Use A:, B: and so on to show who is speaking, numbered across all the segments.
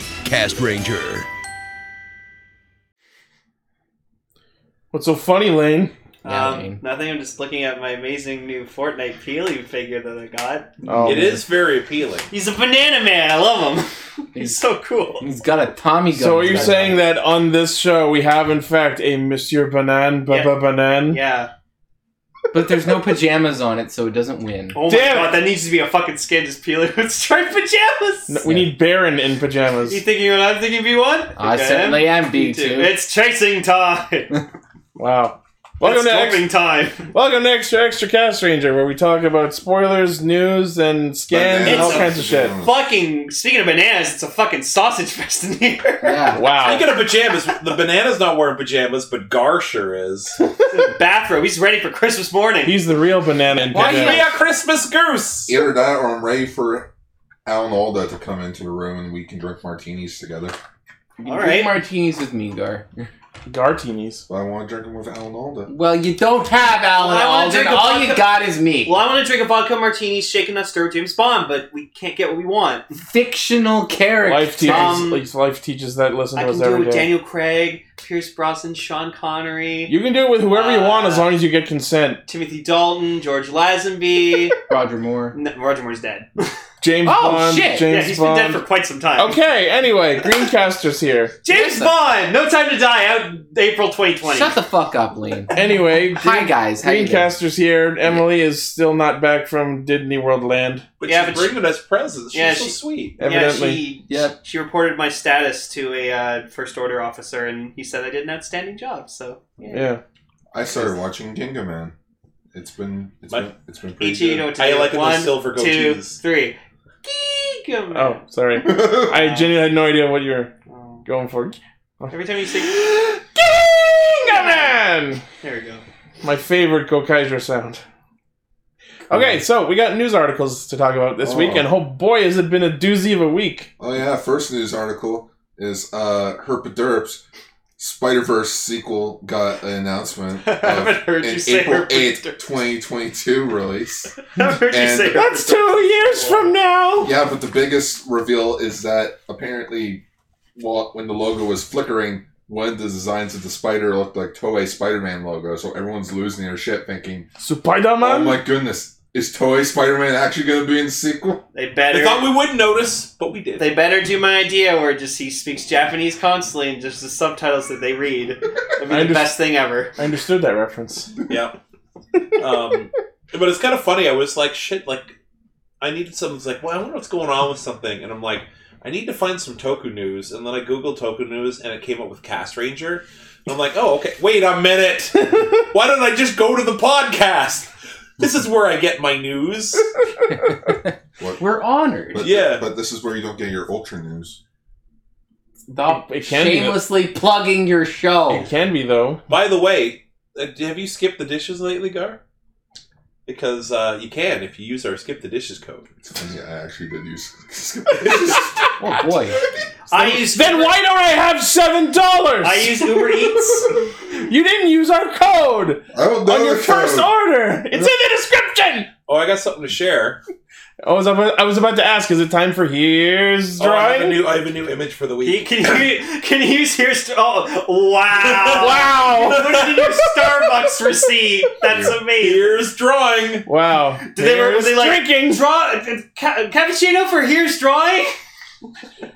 A: Podcast Ranger.
B: What's so funny, Lane?
C: Yeah,
D: um,
C: Lane.
D: nothing. I'm just looking at my amazing new Fortnite Peely figure that I got.
B: Oh,
E: It is very appealing.
D: He's a banana man. I love him. He's so cool.
C: He's got a Tommy gun.
B: So are you
C: Right.
B: saying that on this show we have in fact a Monsieur Banan, Baba
D: Yeah.
B: Banan?
D: Yeah.
C: But there's no pajamas on it, so it doesn't win.
D: Oh
B: Damn
D: my
B: it.
D: god, that needs to be a fucking skin. Just Peely with striped pajamas.
B: No, we
C: Yeah.
B: need Baron in
D: You
B: pajamas.
D: thinking what I'm thinking? B one.
C: I certainly am B two.
D: It's chasing time.
B: Wow.
D: Welcome
B: Welcome to, extra,
D: time.
B: welcome to Extra Extra Cast Ranger, where we talk about spoilers, news, and scans, and
D: It's
B: all
D: a-
B: kinds of shit.
D: fucking speaking of bananas, it's a fucking sausage fest in here.
C: Yeah.
B: Wow.
E: Speaking of pajamas, the banana's not wearing pajamas, but Gar sure is.
D: Bathrobe. He's ready for Christmas morning.
B: He's the real banana in
E: Why
B: pajamas.
E: be a Christmas goose?
F: Either that or I'm ready for Alan Alda to come into the room and we can drink martinis together.
C: You can
D: All right.
C: drink Martinis with me, Gar.
B: Gartinis.
F: But I want to drink them with Alan Alda.
C: Well, you don't have Alan
D: Well, I wanna
C: Alden.
D: drink a
C: All
D: vodka-
C: you got is me.
D: well, I want to drink a vodka martini, shaken nut stir with James Bond, but we can't get what we want.
C: Fictional character.
B: Life teaches,
D: Um,
B: like, life teaches that. Listen
D: I
B: to
D: can
B: us
D: do it
B: every
D: with
B: day.
D: Daniel Craig, Pierce Brosnan, Sean Connery,
B: You can do it with whoever you want as
D: Uh,
B: long as you get consent.
D: Timothy Dalton, George Lazenby.
C: Roger Moore.
D: no, Roger Moore's dead.
B: James
C: Oh,
B: Bond.
C: shit.
D: yeah,
B: James
D: he's
B: Bond.
D: been dead for quite some time.
B: Okay, anyway, Greencaster's here.
D: James
C: Listen.
D: Bond, No Time to Die, out April 2020.
C: Shut the fuck up, Lane.
B: Anyway,
C: Hi guys. How you doing?
B: Greencaster's here. Emily is still not back from Disney World Land.
E: But
D: Yeah,
E: she's
D: but she-
E: bringing us presents. She's
D: Yeah,
E: so
D: she-
E: sweet.
B: Evidently.
D: Yeah, she,
C: Yep.
D: she reported my status to a uh, first order officer, and he said I did an outstanding job. So yeah.
B: yeah.
F: I started watching Ginga Man. It's been it's
E: My-
F: been it's been pretty
D: Ichi, you know
F: good.
D: what to
E: How you
D: do.
E: like
D: One,
E: those silver
D: two,
E: goatees?
D: three. Geek-a-man.
B: Oh, sorry. I genuinely had no idea what you were
D: Oh.
B: going for.
D: Every time you say,
B: Gingaman!
D: there we go.
B: My favorite Gokaiser sound. Okay, so we got news articles to talk about this week,
F: Oh.
B: and oh boy, has it been a doozy of a week.
F: oh yeah, first news article is uh Herpaderps Spider Verse sequel got an announcement
D: I
F: of
D: haven't heard
F: an
D: you say
F: April eighth,
D: Herpaderps.
F: twenty twenty two release.
D: I haven't heard you
F: And-
D: say
B: That's two years from now!
F: Yeah, but the biggest reveal is that apparently, well, when the logo was flickering, one of the designs of the spider looked like Toei Spider-Man logo. So everyone's losing their shit, thinking, "Oh
B: Spider-Man?
F: my goodness, is Toei Spider-Man actually going to be in the sequel?"
D: They
E: I
D: better.
E: thought we wouldn't notice, but we did.
D: They better do my idea where just he speaks Japanese constantly and just the subtitles that they read. That'd be
B: I
D: the
B: under-
D: best thing ever.
B: I understood that reference.
E: yeah. Um, but it's kind of funny. I was like, shit, like, I needed something. It's like, well, I wonder what's going on with something. And I'm like, I need to find some Toku news. And then I Googled Toku news and it came up with Cast Ranger. And I'm like, oh, okay. Wait a minute. Why don't I just go to the podcast? This is where I get my news.
F: What?
C: We're honored.
F: But,
E: Yeah.
F: but this is where you don't get your ultra news.
B: Stop. It can be.
C: shamelessly plugging your show.
B: It can be though.
E: By the way, uh, have you skipped the dishes lately, Gar? Because uh, you can if you use our skip the dishes code.
F: And yeah, I actually did use.
C: Oh boy.
D: I use
B: Then why don't I have seven dollars?
D: I use Uber Eats.
B: You didn't use our code
F: I don't know. uh,
B: on your
F: the
B: first
F: code.
B: order. It's in the description.
E: Oh, I got something to share.
B: I was about, I was about to ask. Is it time for here's
E: Oh, I, have a
B: drawing?
E: new, I have a new image for the
D: He
E: week.
D: can you can you use here? St- oh wow!
B: wow.
D: Put it in your Starbucks receipt. That's amazing.
E: Here's drawing.
B: Wow.
D: Did they- were
B: Here's
D: they like-
B: drinking?
D: Draw ca- cappuccino for here's drawing.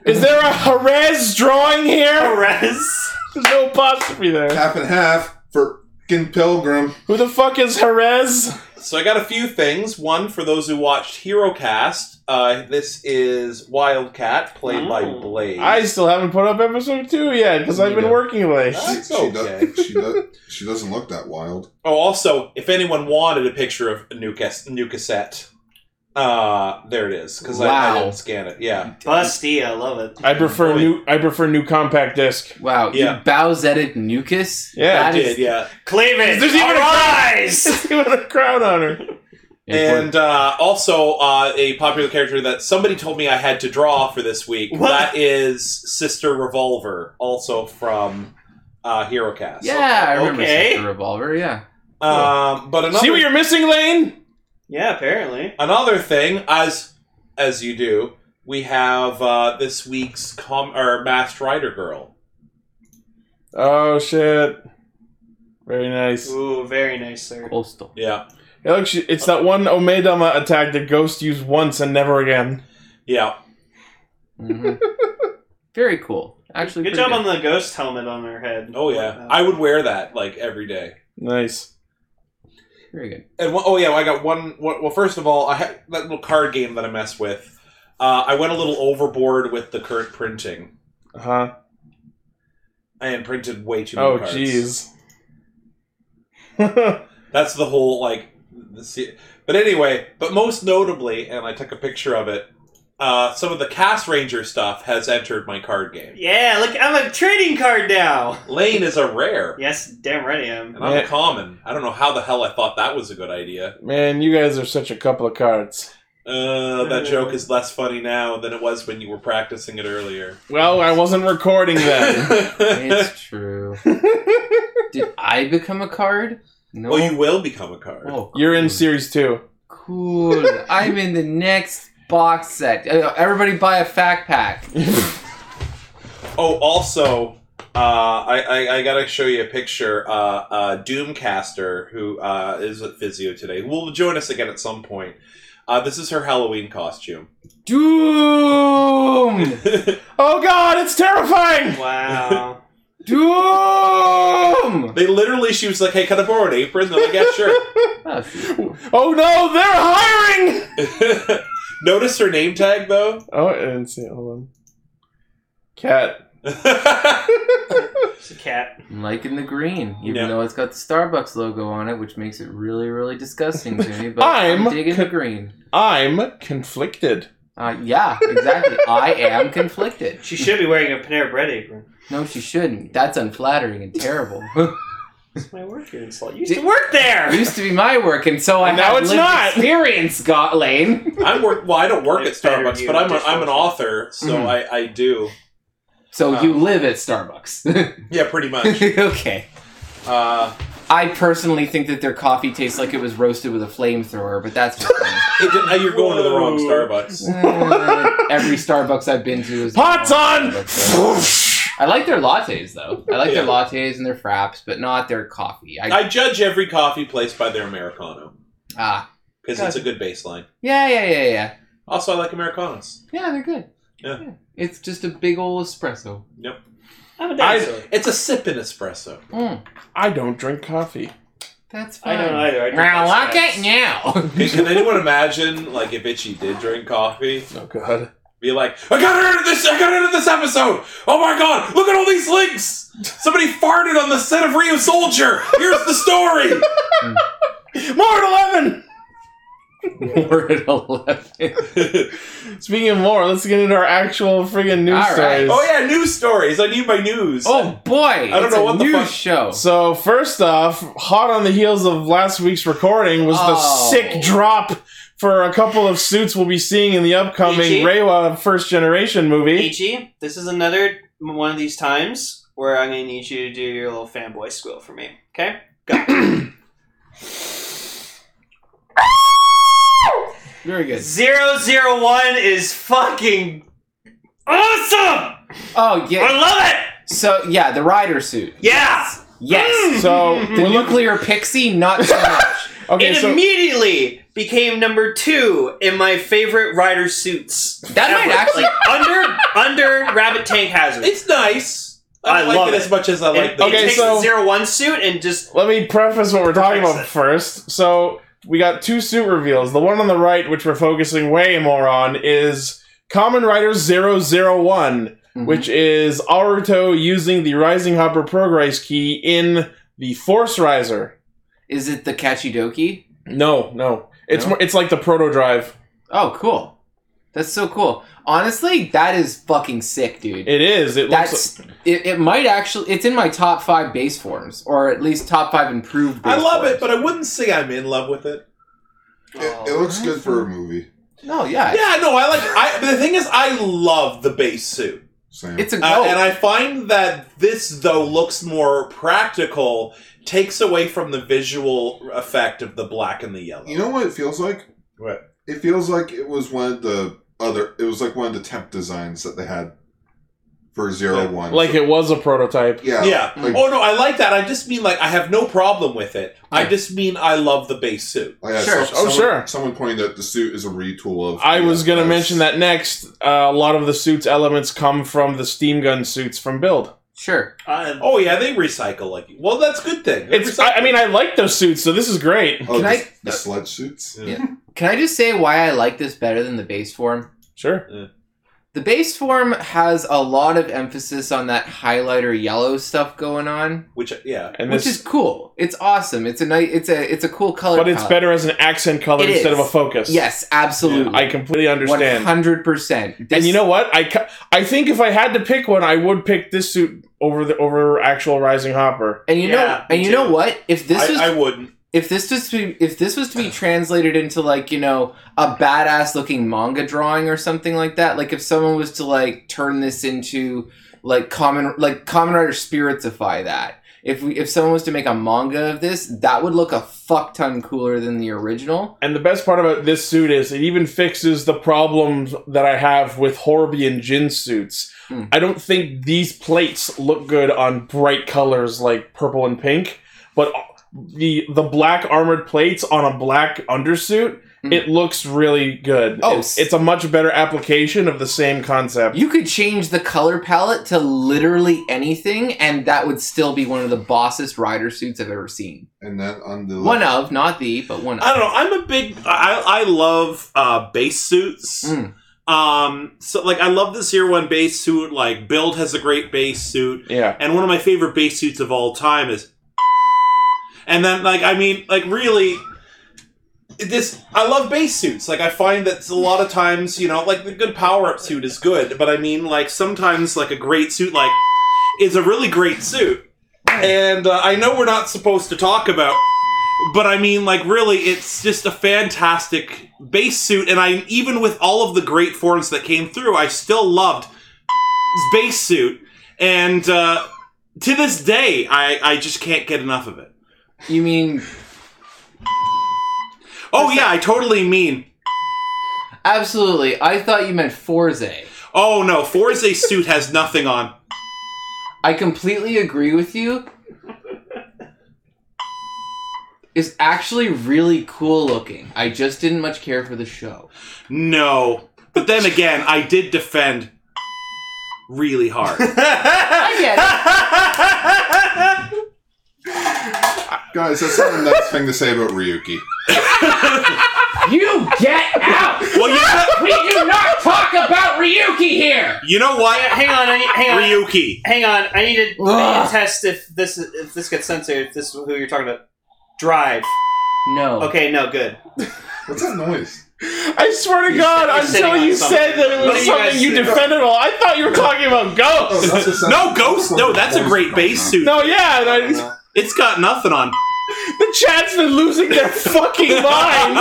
B: Is there a Jerez drawing
D: Oh,
B: here?
D: Perez.
B: There's no apostrophe there.
F: half and half for fucking Pilgrim.
B: Who the fuck is Jerez?
E: So I got a few things. One for those who watched HeroCast. Uh, this is Wildcat, played by
D: Oh.
E: Blade.
B: I still haven't put up episode two yet because I've been
C: Neither.
B: working late.
E: Oh. That's
F: she, she does-
E: okay.
F: she does. She doesn't look that wild.
E: Oh, also, if anyone wanted a picture of a new, cas- new cassette, uh, there it is. Because I, I
C: Wow.
E: didn't scan it. Yeah.
D: Busty, I love it.
B: I prefer
E: Boy.
B: new. I prefer new compact disc.
C: Wow.
E: Yeah.
C: You bowsetted Nucus?
B: Yeah,
E: I
C: That is
E: did, yeah.
D: Cleavage.
B: There's even a-
D: arise.
B: It's even a crown on her.
E: And uh, also uh, a popular character that somebody told me I had to draw for this week.
D: What?
E: That is Sister Revolver, also from uh, HeroCast.
C: Yeah, I remember
D: Okay.
C: Sister Revolver, yeah.
E: Um, but another
B: See what you're missing, Lane?
D: Yeah, apparently.
E: another thing, as as you do, we have uh, this week's com or Masked Rider girl.
B: Oh shit! Very nice.
D: Ooh, very nice, sir.
C: Coastal.
E: Yeah,
B: It looks, it's that one Omedama attack that Ghost used once and never again.
E: yeah.
C: Mhm. Very cool. Actually,
D: Good
C: pretty
D: job on the ghost helmet on her head.
E: Oh yeah, I would wear that like every day.
B: Nice.
C: Very good.
E: And one, oh yeah, I got one. one well, first of all, I had that little card game that I mess with. Uh, I went a little overboard with the current printing
B: Uh huh.
E: and printed way too many
B: Oh
E: cards.
B: jeez. oh
E: That's the whole like. The, se- but anyway, but most notably, and I took a picture of it. Uh, some of the Cast Ranger stuff has entered my card game.
D: Yeah, look, I'm a trading card now.
E: Lane is a rare,
D: Yes, damn right I am.
E: and I'm
B: Yeah.
E: a common. I don't know how the hell I thought that was a good idea.
B: man, you guys are such a couple of cards.
E: Uh, that joke is less funny now than it was when you were practicing it earlier.
B: Well, I wasn't recording that.
C: It's true. Did I become a card? No.
E: Well, Oh, you will become a card.
C: Oh,
B: You're in
C: cool.
B: series two.
C: Cool. I'm in the next box set. Uh, Everybody buy a fact pack.
E: Oh, also, uh, I, I I gotta show you a picture. Uh, uh, Doomcaster, who uh, is at physio today, will join us again at some point. Uh, this is her Halloween costume.
C: Doom!
E: they
B: Oh god, it's terrifying!
D: Wow.
C: Doom!
E: literally, she was like, "Hey, can I borrow an apron?" They're like, "Yeah, sure."
C: Oh, shoot.
B: Oh no, they're hiring!
E: Notice her name tag though.
B: Oh, I didn't see it. Hold on. Cat.
D: it's a cat.
C: I'm liking the green, even
E: Yeah.
C: though it's got the Starbucks logo on it, which makes it really, really disgusting to me. But
B: I'm-
C: I'm digging the green.
B: I'm conflicted.
C: Uh, yeah, exactly. I am conflicted.
D: She should be wearing a Panera Bread apron.
C: No, she shouldn't. That's unflattering and terrible.
D: It's my work here insult. You used to work there!
C: it used to be my work, and so I
B: And now
C: have
B: it's
C: lived
B: not.
C: experience, Scott Lane.
E: I work. Well, I don't work at
D: It's better
E: Starbucks,
D: you
E: but I'm a,
D: just-
E: I'm an author, so
C: Mhm.
E: I I do.
B: Oh.
C: So you
E: Um.
C: live at Starbucks.
E: Yeah, pretty much.
C: okay.
E: Uh,
C: I personally think that their coffee tastes like it was roasted with a flamethrower, but that's just me.
E: it didn't- now you're going to the wrong
D: Whoa.
E: Starbucks.
C: Uh, every Starbucks I've been to is
B: Pots on!
C: I like their lattes though. I like their
E: Yeah.
C: lattes and their fraps, but not their coffee. I,
E: I judge every coffee place by their Americano
C: ah
E: because it's a good baseline.
C: yeah yeah yeah yeah
E: Also, I like Americanos.
C: yeah they're good.
E: Yeah.
C: it's just a big old espresso.
D: I'm a
B: I-
D: dinosaur.
E: It's a sip in espresso.
C: Mm,
B: I don't drink coffee.
C: that's
D: I,
C: fine.
D: don't either. I drink
C: Now
D: those
C: look
D: guys.
C: at now.
E: Can, can anyone imagine, like, if Itchy did drink coffee?
B: Oh god.
E: Be like, I got rid of this. I got rid of this episode. Oh my god! Look at all these links. Somebody farted on the set of Rio Soldier. Here's the story.
B: More at 11!
C: We're at eleven.
B: Speaking of more, let's get into our actual friggin' news
C: All right.
B: stories.
E: oh yeah, news stories. I need my news.
C: Oh boy! I
E: don't know what the
C: new
E: fuck-
C: show.
B: So, first off, hot on the heels of last week's recording was
C: Oh.
B: the sick drop for a couple of suits we'll be seeing in the upcoming
D: Ichi?
B: Reiwa First Generation movie.
D: Ichi, this is another one of these times where I'm going to need you to do your little fanboy squeal for me. Okay?
C: Very good.
D: Zero zero one is fucking awesome!
C: Oh
D: I
C: yeah.
D: love it!
C: So yeah, the rider suit.
D: Yeah!
E: Mm.
C: Yes.
B: So,
C: The
B: we're looking.
C: nuclear pixie, not so much.
B: Okay,
D: it
B: so.
D: immediately became number two in my favorite rider suits.
C: That
D: ever.
C: might actually-
D: Like, under under Rabbit Tank Hazard.
E: it's nice.
D: I
E: I, don't like
D: love
E: it,
D: it.
E: as much as I like
D: it,
E: the.
D: it
B: Okay,
D: takes
B: so-
D: the zero one suit and just
B: Let me preface what we're talking
D: Preface
B: about
D: it.
B: first. So we got two suit reveals. The one on the right, which we're focusing way more on, is Common Rider 001,
C: Mhm.
B: which is Aruto using the Rising Hopper Progress key in the Force Riser.
C: is it the Kachidoki?
B: No, no. It's
C: No?
B: more, it's like the proto drive.
C: Oh, cool. That's so cool. Honestly, that is fucking sick, dude.
B: It is. It looks
C: That's it, it. Might actually. It's in my top five base forms, or at least top five improved. Base
E: I love it,
C: forms.
E: but I wouldn't say I'm in love with it.
F: It,
E: Oh,
F: it looks good for a movie.
C: no, yeah,
E: Yeah, no, I like. I but the thing is, I love the base suit.
F: Same.
C: it's a
E: Uh,
C: goal.
E: And I find that this, though, looks more practical, takes away from the visual effect of the black and the yellow.
F: you know what it feels like?
E: What?
F: It feels like it was one of the other. It was like one of the temp designs that they had for zero
E: Yeah.
F: one.
B: Like it was a prototype.
F: yeah,
E: Yeah.
F: Like-
E: oh no, I like that. I just mean like I have no problem with it. I just mean I love the base suit.
F: Oh, yeah,
C: Sure.
B: Oh,
F: someone,
B: sure.
F: Someone pointed out the suit is a retool of.
B: I
F: the,
B: was
F: uh,
B: going to
F: those-
B: mention that next. Uh, a lot of the suits elements come from the steam gun suits from Build.
C: Sure.
D: Uh,
E: Oh yeah, they recycle like well, that's a good thing. They
B: It's. I, I mean, I like those suits, so this is great.
F: Oh,
C: Can
F: the,
C: I-
F: the sludge suits.
E: recycle.
C: Yeah. Can I just say why I like this better than the base form?
B: Sure.
C: The base form has a lot of emphasis on that highlighter yellow stuff going on,
E: Which yeah,
B: And
C: which
B: this,
C: is cool. It's awesome. It's a nice. It's a it's a cool color.
B: but it's
C: palette.
B: better as an accent color
C: It
B: instead
C: is.
B: of a focus.
C: Yes, absolutely.
B: I completely understand.
C: One hundred percent.
B: And you know what? I, cu- I think if I had to pick one, I would pick this suit over the over actual Rising Hopper.
C: and you know,
D: Yeah,
C: and
D: me
C: you know
D: too.
C: what? If this
E: I,
C: was
E: I wouldn't.
C: if this was to be, if this was to be translated into like you know a badass looking manga drawing or something like that like if someone was to like turn this into like common like common writer spiritify that if we if someone was to make a manga of this that would look a fuck ton cooler than the original
B: And the best part about this suit is it even fixes the problems that I have with Horby and Jin suits.
C: Hmm.
B: I don't think these plates look good on bright colors like purple and pink, but the the black armored plates on a black undersuit,
C: Hmm.
B: it looks really good.
C: Oh,
B: it's, it's a much better application of the same concept.
C: you could change the color palette to literally anything and that would still be one of the bossest rider suits i've ever seen
F: And then on the
C: one of not the but one
E: I
C: of
E: don't know. I'm a big. I I love uh, base suits.
C: Mm.
E: Um, so like I love the zero one base suit. Like build has a great base suit,
B: yeah.
E: and one of my favorite base suits of all time is. And then like I mean like really. This I love base suits. Like I find that a lot of times, you know, like the good power up suit is good, but I mean, like sometimes, like a great suit, like is a really great suit. And uh, I know we're not supposed to talk about, but I mean, like, really, it's just a fantastic base suit. And I, even with all of the great forms that came through, I still loved base suit. And uh, to this day, I, I just can't get enough of it.
C: you mean
E: Oh yeah, I totally mean.
C: absolutely i thought you meant forze
E: Oh no, Forza suit has nothing on.
C: I completely agree with you. Is actually really cool looking. I just didn't much care for the show.
E: No, but then again, I did defend really hard.
C: I get it.
F: guys, that's not a nice thing to say about Ryuki.
A: You get out!
E: well, you know,
A: We do not talk about Ryuki here!
E: you know
D: yeah,
E: what,
D: hang on, I need, hang on,
E: Ryuki?
D: hang on. I need, to, I need
C: Ugh.
D: to test if this if this gets censored. If this is who you're talking about, Drive.
C: No.
D: Okay, no, good.
F: What's that noise?
B: I swear to
D: You
B: God,
D: said- you're sitting
B: until
D: on
B: you
D: something.
B: said that it
D: What
B: was
D: do you guys
B: something you,
D: think?
B: defended all, I thought you were talking about
F: Oh,
B: ghosts.
E: No ghost. No, that's a great base suit.
B: No, yeah, and I-
E: It's got nothing on.
B: the chat's been losing their fucking minds.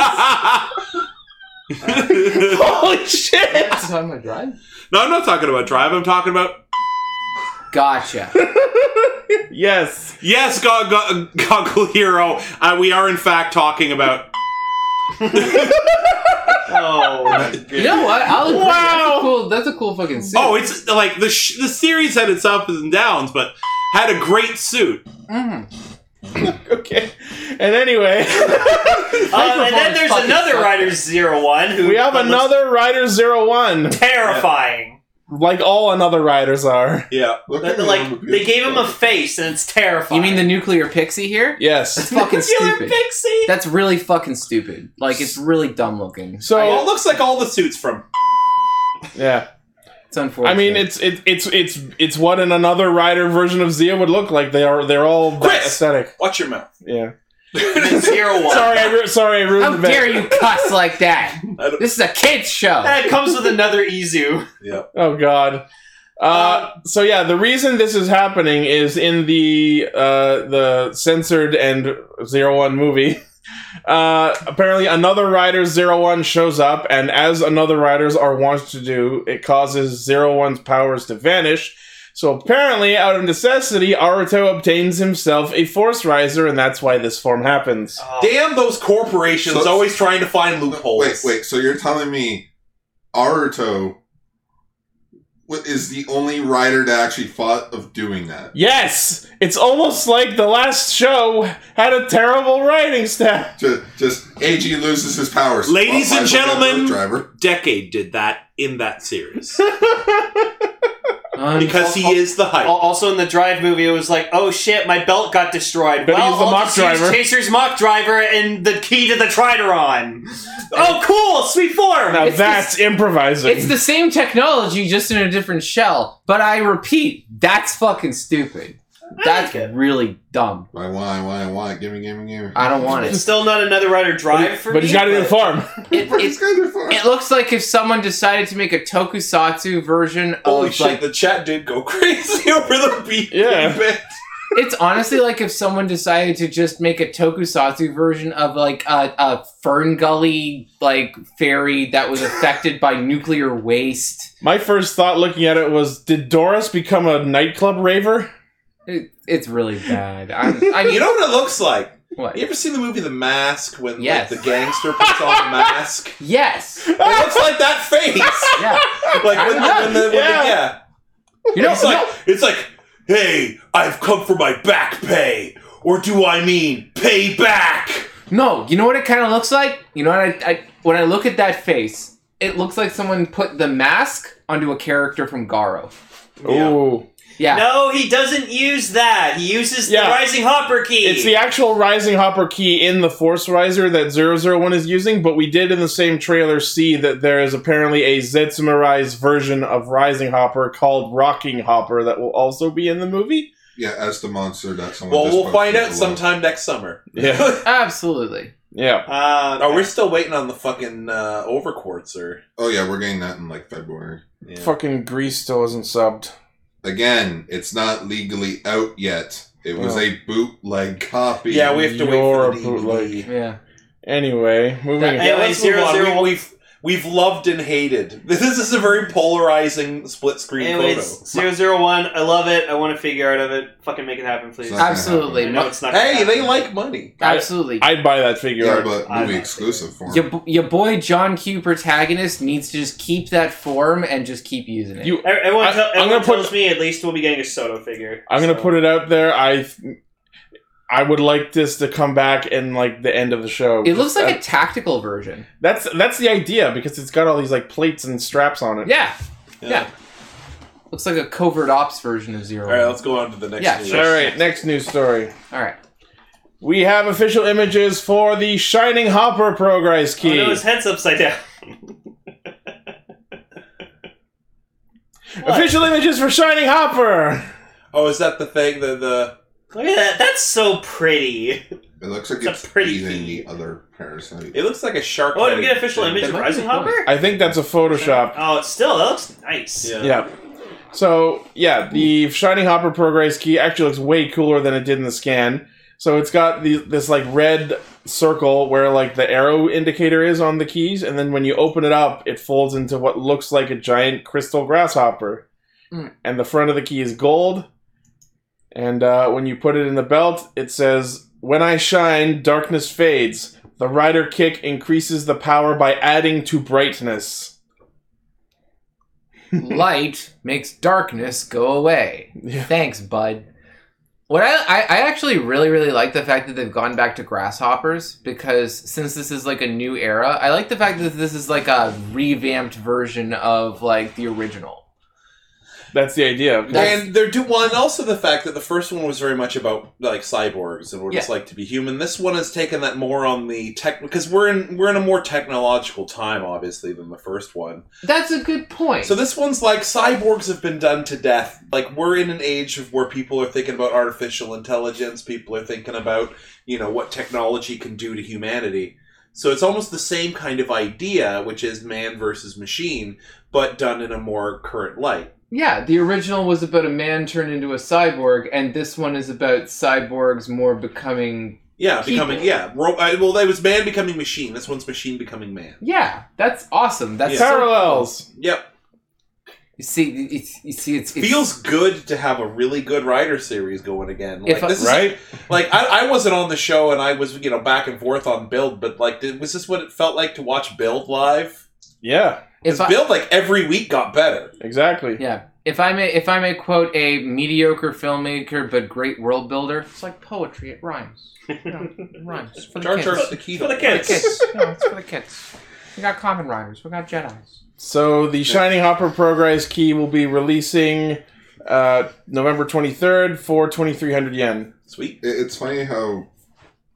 B: Holy shit!
C: Talking about drive?
E: no, I'm not talking about drive. I'm talking about
C: Gotcha.
B: Yes.
E: yes, go- go- Goggle Hero. Uh, we are in fact talking about.
D: Oh,
C: You know what? I'll agree. That's
B: Wow.
C: a cool. That's a cool fucking suit.
E: Oh, it's like the sh- the series had its ups and downs, but had a great suit.
C: Mhm.
B: Okay. And anyway,
D: Uh, and then
C: Microphones
D: there's
C: fucking
D: another
C: suck.
D: Rider Zero One who
B: we have
D: that looks
B: another Rider Zero One,
D: terrifying.
B: like all another Riders are.
E: Yeah.
F: Look
D: That-
F: at
D: like
F: the-
D: they gave him a face and it's terrifying.
C: You mean the nuclear pixie here?
B: Yes.
C: That's
D: Killer
C: fucking
D: Oh,
C: stupid.
D: Pixie?
C: That's really fucking stupid. Like it's really dumb looking.
E: Well, it
B: So
E: looks like all the suits from.
B: yeah,
C: It's unfortunate.
B: I mean it's it, it's it's it's what an another Rider version of Zia would look like. They are they're all that
E: Chris!
B: aesthetic.
E: Watch your mouth.
B: Yeah.
D: Zero One.
B: Sorry, I ru- sorry, I ruined
C: how
B: the bit.
C: dare you cuss like that?
E: I don't-
C: This is a kids show.
D: And it comes with another Izu.
B: Oh God. Uh, so yeah, the reason this is happening is in the uh, the censored and zero one movie. Uh, apparently, another rider zero one shows up, and as another riders are wont to do, it causes zero one's powers to vanish. So apparently, out of necessity, Aruto obtains himself a force riser, and that's why this form happens.
D: Oh.
E: Damn those corporations
F: So-
E: always trying to find loopholes.
F: Wait, wait. So you're telling me Aruto wa- is the only writer that actually thought of doing that.
B: Yes, it's almost like the last show had a terrible writing staff.
F: Just, just AG loses his powers.
E: Ladies
F: Well,
E: and
F: might as well get a
E: gentlemen.
F: Earth driver.
E: Decade did that in that series
C: Um,
E: because he
D: I'll-
E: is the hype.
D: Al- Also in the Drive movie, it was like, oh shit, my belt got destroyed.
B: Better
D: well,
B: use the
D: I'll
B: mock
D: just use
B: driver.
D: Chaser's mock driver and the key to the Trideron. oh, cool, sweet form.
B: Now
C: It's
B: that's improvising.
C: It's the same technology, just in a different shell. But I repeat, that's fucking stupid. That's
D: like it.
C: really dumb.
F: Why, why, why, why? Give me, give me, give me.
C: I don't want it.
D: Still not another rider drive for
B: but
D: me.
B: he's got it in form.
C: It,
F: It's
C: it,
F: kind of fun.
C: it looks like if someone decided to make a tokusatsu version
E: Holy
C: of
E: Oh, shit!
C: like
E: the chat did go crazy over the beat.
B: Yeah.
E: bit.
C: it's honestly like if someone decided to just make a tokusatsu version of like a, a fern gully like fairy that was affected by nuclear waste.
B: My first thought looking at it was, did Doris become a nightclub raver?
C: It, it's really bad. I'm, I mean,
E: You know what it looks like?
C: what?
E: You ever seen the movie The Mask when
C: Yes.
E: like, the gangster puts on the mask?
C: Yes.
E: It looks like that face.
C: Yeah.
E: Like when, the, when, the, when the-
B: Yeah.
E: yeah.
C: You know,
E: It's like it's like, hey, I've come for my back pay, or do I mean pay back?
C: No, you know what it kind of looks like? You know what I, I when I look at that face, it looks like someone put the mask onto a character from Garo.
E: Yeah.
B: Ooh.
C: Yeah.
D: No, he doesn't use that. He uses
B: Yeah.
D: the Rising Hopper key.
B: It's the actual Rising Hopper key in the Force Riser that 001 is using, but we did in the same trailer see that there is apparently a Zetsumarized version of Rising Hopper called Rocking Hopper that will also be in the movie.
F: Yeah, as the monster that someone.
E: Well,
F: just
E: we'll
F: posted
E: find out
F: below.
E: sometime next summer.
B: Yeah.
C: Absolutely.
B: Yeah.
D: Uh,
E: Oh, we're still waiting on the fucking uh, overquartzer.
F: Oh yeah, we're getting that in like February.
E: Yeah.
B: Fucking Grease still isn't subbed.
F: Again, it's not legally out yet. It was
C: Oh.
B: No.
F: a bootleg copy.
E: Yeah, we have to wait for
B: You're a
E: the
B: bootleg.
E: DVD.
C: Yeah.
B: Anyway, moving
D: That-
E: Yeah,
D: Anyway,
E: let's
D: zero,
E: move on.
D: zero,
E: we,
D: one-
E: we've we've loved and hated. This is a very polarizing split screen
D: Anyways,
E: photo.
D: 001, I love it. I want to figure out of it. Fucking make it happen, please.
F: It's
D: I
F: not gonna
C: Absolutely.
D: know
C: No,
D: it's not.
E: Hey,
D: gonna
E: they
D: happen. E,
E: like money.
B: I-
C: absolutely.
B: I'd buy that figure.
F: Yeah,
B: art.
F: but
D: I'm
F: movie
D: not
F: exclusive for
C: your, b- your boy John Q protagonist needs to just keep that form and just keep using it.
B: You-
D: Everyone,
B: I-
D: tell,
B: I'm
D: everyone
B: gonna put-
D: tells me at least we'll be getting a Soto figure.
B: I'm gonna put it out there. I I would like this to come back in like the end of the show.
C: it looks like
B: That-
C: a tactical version.
B: that's that's the idea because it's got all these like plates and straps on it.
C: Yeah. Yeah. Looks like a covert ops version of Zero.
E: All right, let's go on to the next.
C: Yeah,
E: news.
B: All right, next news story.
C: All right.
B: We have official images for the Shining Hopper Progress
D: Oh,
B: Key.
D: no, his head's upside down. What?
B: official images for Shining Hopper.
E: Oh, is that the thing? The the
D: Look at that. That's so pretty.
F: It looks like
D: It's a
F: it's,
D: pretty
F: eating
D: key.
F: the other parasite.
E: it looks like a shark.
D: Oh, did we
E: head
D: get official
E: thing.
D: image of
C: might be
D: Rising
C: fun.
D: Hopper?
B: I think that's a Photoshop.
D: Oh, it's still that looks nice.
E: Yeah.
B: Yeah. So yeah, the Shining Hopper Progress Key actually looks way cooler than it did in the scan. So it's got the, this like red circle where like the arrow indicator is on the keys, and then when you open it up, it folds into what looks like a giant crystal grasshopper.
C: Mm.
B: And the front of the key is gold. And uh, when you put it in the belt, it says, "When I shine, darkness fades. The rider kick increases the power by adding to brightness."
C: Light makes darkness go away.
B: Yeah.
C: Thanks, bud. What I, I I actually really really like the fact that they've gone back to grasshoppers because since this is like a new era, I like the fact that this is like a revamped version of like the original.
B: That's the idea.
C: That's-
E: And they're do one also the fact that the first one was very much about like cyborgs and what it's like to be human. This one has taken that more on the tech because we're in we're in a more technological time, obviously, than the first one.
C: That's a good point.
E: So this one's like cyborgs have been done to death. Like we're in an age of where people are thinking about artificial intelligence. People are thinking about you know what technology can do to humanity. So it's almost the same kind of idea, which is man versus machine, but done in a more current light.
C: yeah, the original was about a man turned into a cyborg, and this one is about cyborgs more becoming.
E: Yeah,
C: People.
E: becoming yeah. Ro- I, well, that was man becoming machine. This one's machine becoming man.
C: Yeah, that's awesome. That's
E: Yeah.
C: so cool.
B: Parallels.
E: Yep,
C: You see, it's, you see, it's, it's
E: feels good to have a really good writer series going again. Like
C: If I-
E: this is
B: Right?
E: like I, I wasn't on the show and I was you know back and forth on build, but like it was this what it felt like to watch build live?
B: Yeah,
E: His
C: If I,
E: build like every week got better.
B: exactly.
C: yeah, if I may, if I may quote a mediocre filmmaker but great world builder, it's like poetry. It rhymes. You know, it rhymes for the
E: Jar
C: kids.
E: Jar's the key.
D: For the
C: For the
D: kids.
C: kids. No, it's for the kids. We got common riders. We got Jedi's.
B: So the Shiny Hopper Progress Key will be releasing uh, November 23rd for 2,300 yen.
E: Sweet.
F: It- It's funny how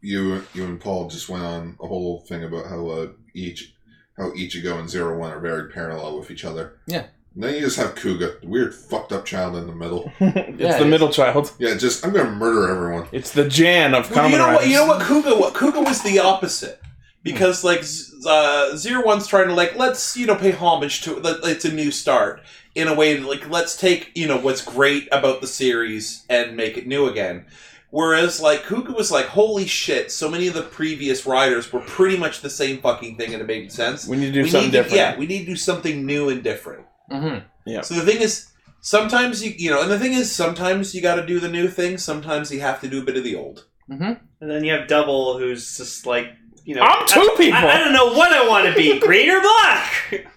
F: you you and Paul just went on a whole thing about how uh, each how Ichigo and Zero One are very parallel with each other.
C: Yeah.
F: And then you just have Kuga, the weird fucked up child in the middle.
B: it's
C: Yeah,
B: the
C: it
B: middle child.
F: Yeah, just I'm gonna murder everyone.
B: It's the Jan of
E: Well,
B: Kamen
E: you know what?
B: Riders.
E: You know what? Kuga. What Kuga was the opposite because like Z- uh, Zero One's trying to like let's you know pay homage to let- it's a new start in a way that, like let's take you know what's great about the series and make it new again. Whereas like Kuga was like holy shit, so many of the previous riders were pretty much the same fucking thing and it made sense.
B: We need to do
E: We
B: something
E: need to-
B: different.
E: Yeah, we need to do something new and different.
C: Mm-hmm.
B: Yep.
E: So the thing is, sometimes you you know, and the thing is, sometimes you got to do the new thing. Sometimes you have to do a bit of the old.
D: And then you have Double, who's just like, you know.
B: I'm two
D: I-
B: people!
D: I, I don't know what I want to be, green or black!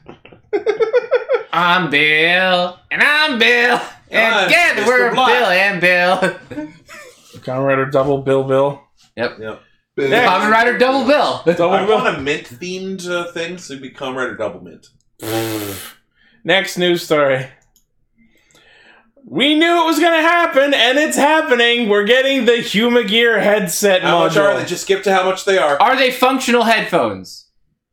C: I'm Bill, and I'm Bill, and
E: I'm
C: yeah,
E: Mr.
C: we're
E: Black.
C: Bill and Bill.
B: Kamen Rider Double Bill Bill. Yeah.
C: Common Rider Double Bill.
B: Double
E: I
B: Bill.
E: want a mint themed uh, thing, so it'd be Comrade or Double Mint.
B: Next news story. We knew it was going to happen, and it's happening. We're getting the Humagear headset
E: How much are
B: module.
E: they? Just skip to how much they are.
C: Are they functional headphones?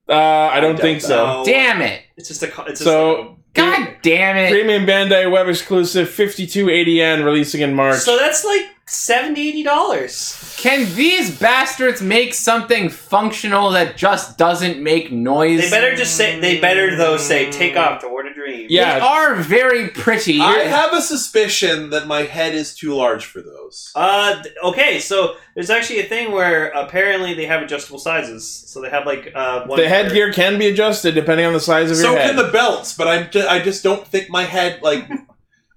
B: uh, I don't think so.
E: Oh.
D: No.
C: Damn it!
D: It's just a. co- It's just
B: So
C: God damn it!
B: Premium Bandai web exclusive 5280 yen releasing in
D: a,
B: March.
D: so that's like 70 $80.
C: Can these bastards make something functional that just doesn't make noise?
D: They better just say. They better, though, say, take off toward a dream.
B: Yeah.
C: They are very pretty.
E: I have a suspicion that my head is too large for those.
D: Uh, th- okay, so there's actually a thing where apparently they have adjustable sizes. So they have like uh, one.
B: the headgear can be adjusted depending on the size of
E: So
B: your head.
E: can the belts, but I'm ju- I just don't think my head like.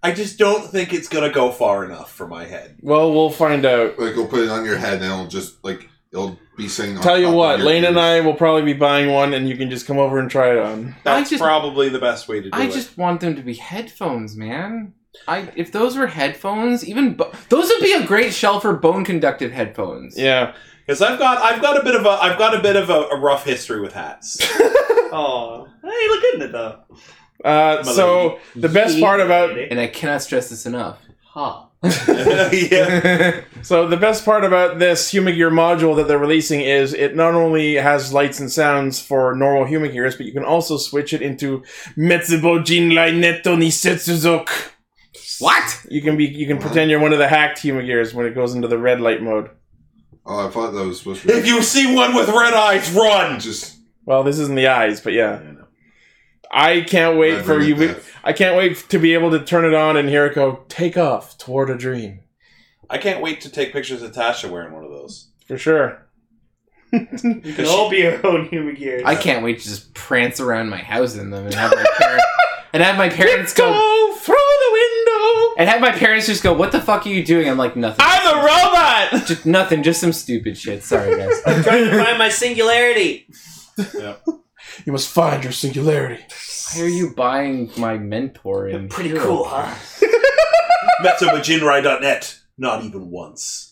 E: I just don't think it's gonna go far enough for my head.
B: well, we'll find out.
F: Like you'll put it on your head and it'll just like it'll be sitting. On
B: Tell you
F: top of
B: what,
F: your
B: Lane and
F: ears.
B: I will probably be buying one, and you can just come over and try it on.
E: That's
C: just-
E: probably the best way to do
C: I
E: it.
C: just want them to be headphones, man. I if those were headphones, even bo- those would be a great shell for bone conductive headphones.
B: Yeah.
E: Because I've got I've got a bit of a I've got a bit of a, a rough history with hats.
D: Oh, hey, look good in it though.
B: Uh, so the best part about
C: And I cannot stress this enough. Ha.
E: yeah.
B: so the best part about this Humagear module that they're releasing is it not only has lights and sounds for normal Humagears, but you can also switch it into Metsubo Jinrai Netto Nisetsuzok.
C: What?
B: You can be you can pretend you're one of the hacked Humagears when it goes into the red light mode.
F: Oh, I thought that was supposed to be
E: If you see one with red eyes, run.
F: just
B: Well, this isn't the eyes, but yeah. I can't wait
F: I'd
B: for
F: really
B: you.
F: like that.
B: I can't wait to be able to turn it on and hear it go take off toward a dream
E: I can't wait to take pictures of Tasha wearing one of those.
B: for sure.
D: You can all be your own human gear.
C: I can't wait to just prance around my house in them and have my parents and have my parents go
B: go through the window.
C: and have my parents just go, "What the fuck are you doing?" I'm like, "Nothing."
B: I'm a robot.
C: Just nothing, just some stupid shit. Sorry,
D: I'm
C: guys.
D: trying to find my singularity.
B: You must find your singularity.
C: Why are you buying my mentor in
D: Pretty
C: Hero?
D: cool, huh?
E: MetsubaJinrai.net. Not even once.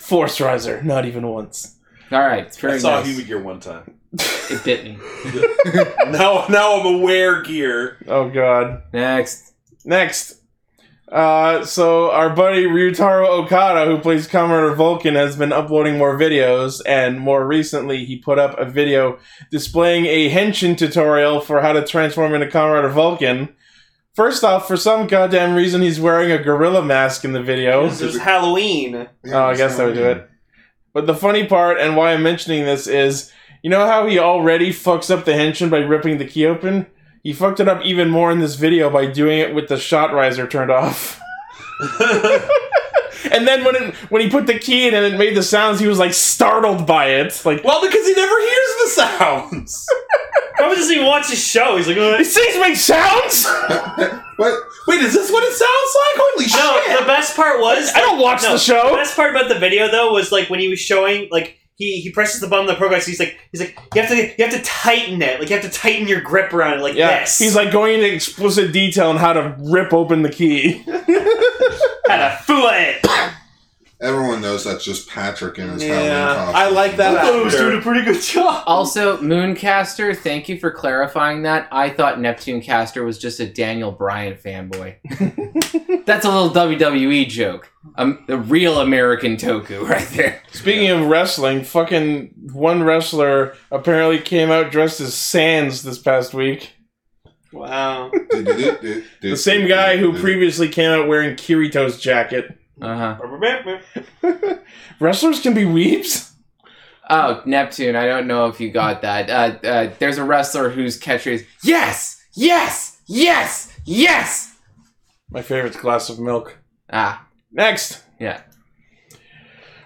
B: Force riser, not even once.
C: All right, it's very
E: I saw
C: nice.
E: Human Gear one time.
C: It bit me.
E: Now, now I'm aware gear.
B: Oh god.
C: Next.
B: Next. Uh, so our buddy Ryutaro Okada, who plays Commander Vulcan, has been uploading more videos, and more recently he put up a video displaying a henshin tutorial for how to transform into Commander Vulcan. First off, for some goddamn reason, he's wearing a gorilla mask in the video.
D: This is Halloween.
B: Oh, I guess that would do it. But the funny part, and why I'm mentioning this, is you know how he already fucks up the henshin by ripping the key open? He fucked it up even more in this video by doing it with the shot riser turned off. and then when it, when he put the key in and it made the sounds, he was like startled by it. Like,
E: Well, because he never hears the sounds.
D: Probably doesn't even watch the show. He's like, "Uh."
B: these things make sounds?
F: What?
E: Wait, is this what it sounds like? Holy
D: no.
E: shit!
D: The best part was
B: I don't watch
D: No,
B: the
D: The
B: show.
D: best part about the video though was like when he was showing like he he presses the button on the progress. He's like he's like you have to you have to tighten it. Like you have to tighten your grip around it like
B: Yeah,
D: this.
B: he's like going into explicit detail on how to rip open the key.
D: kind of fool it.
F: Everyone knows that's just Patrick in his Halloween
E: Yeah,
F: costume.
E: I like that.
D: I thought it was
E: actor.
D: doing a pretty good job.
C: Also, Mooncaster, thank you for clarifying that. I thought Neptune Caster was just a Daniel Bryan fanboy. That's a little WWE joke. Um, the real American Toku right there.
B: Speaking of wrestling, fucking one wrestler apparently came out dressed as Sans this past week.
D: Wow.
B: The same guy who previously came out wearing Kirito's jacket.
C: Uh huh.
B: Wrestlers can be weebs?
C: Oh, Neptune, I don't know if you got that. Uh, uh, there's a wrestler whose catchphrase, yes, yes, yes, yes.
B: My favorite's glass of milk.
C: Ah,
B: Next.
C: Yeah.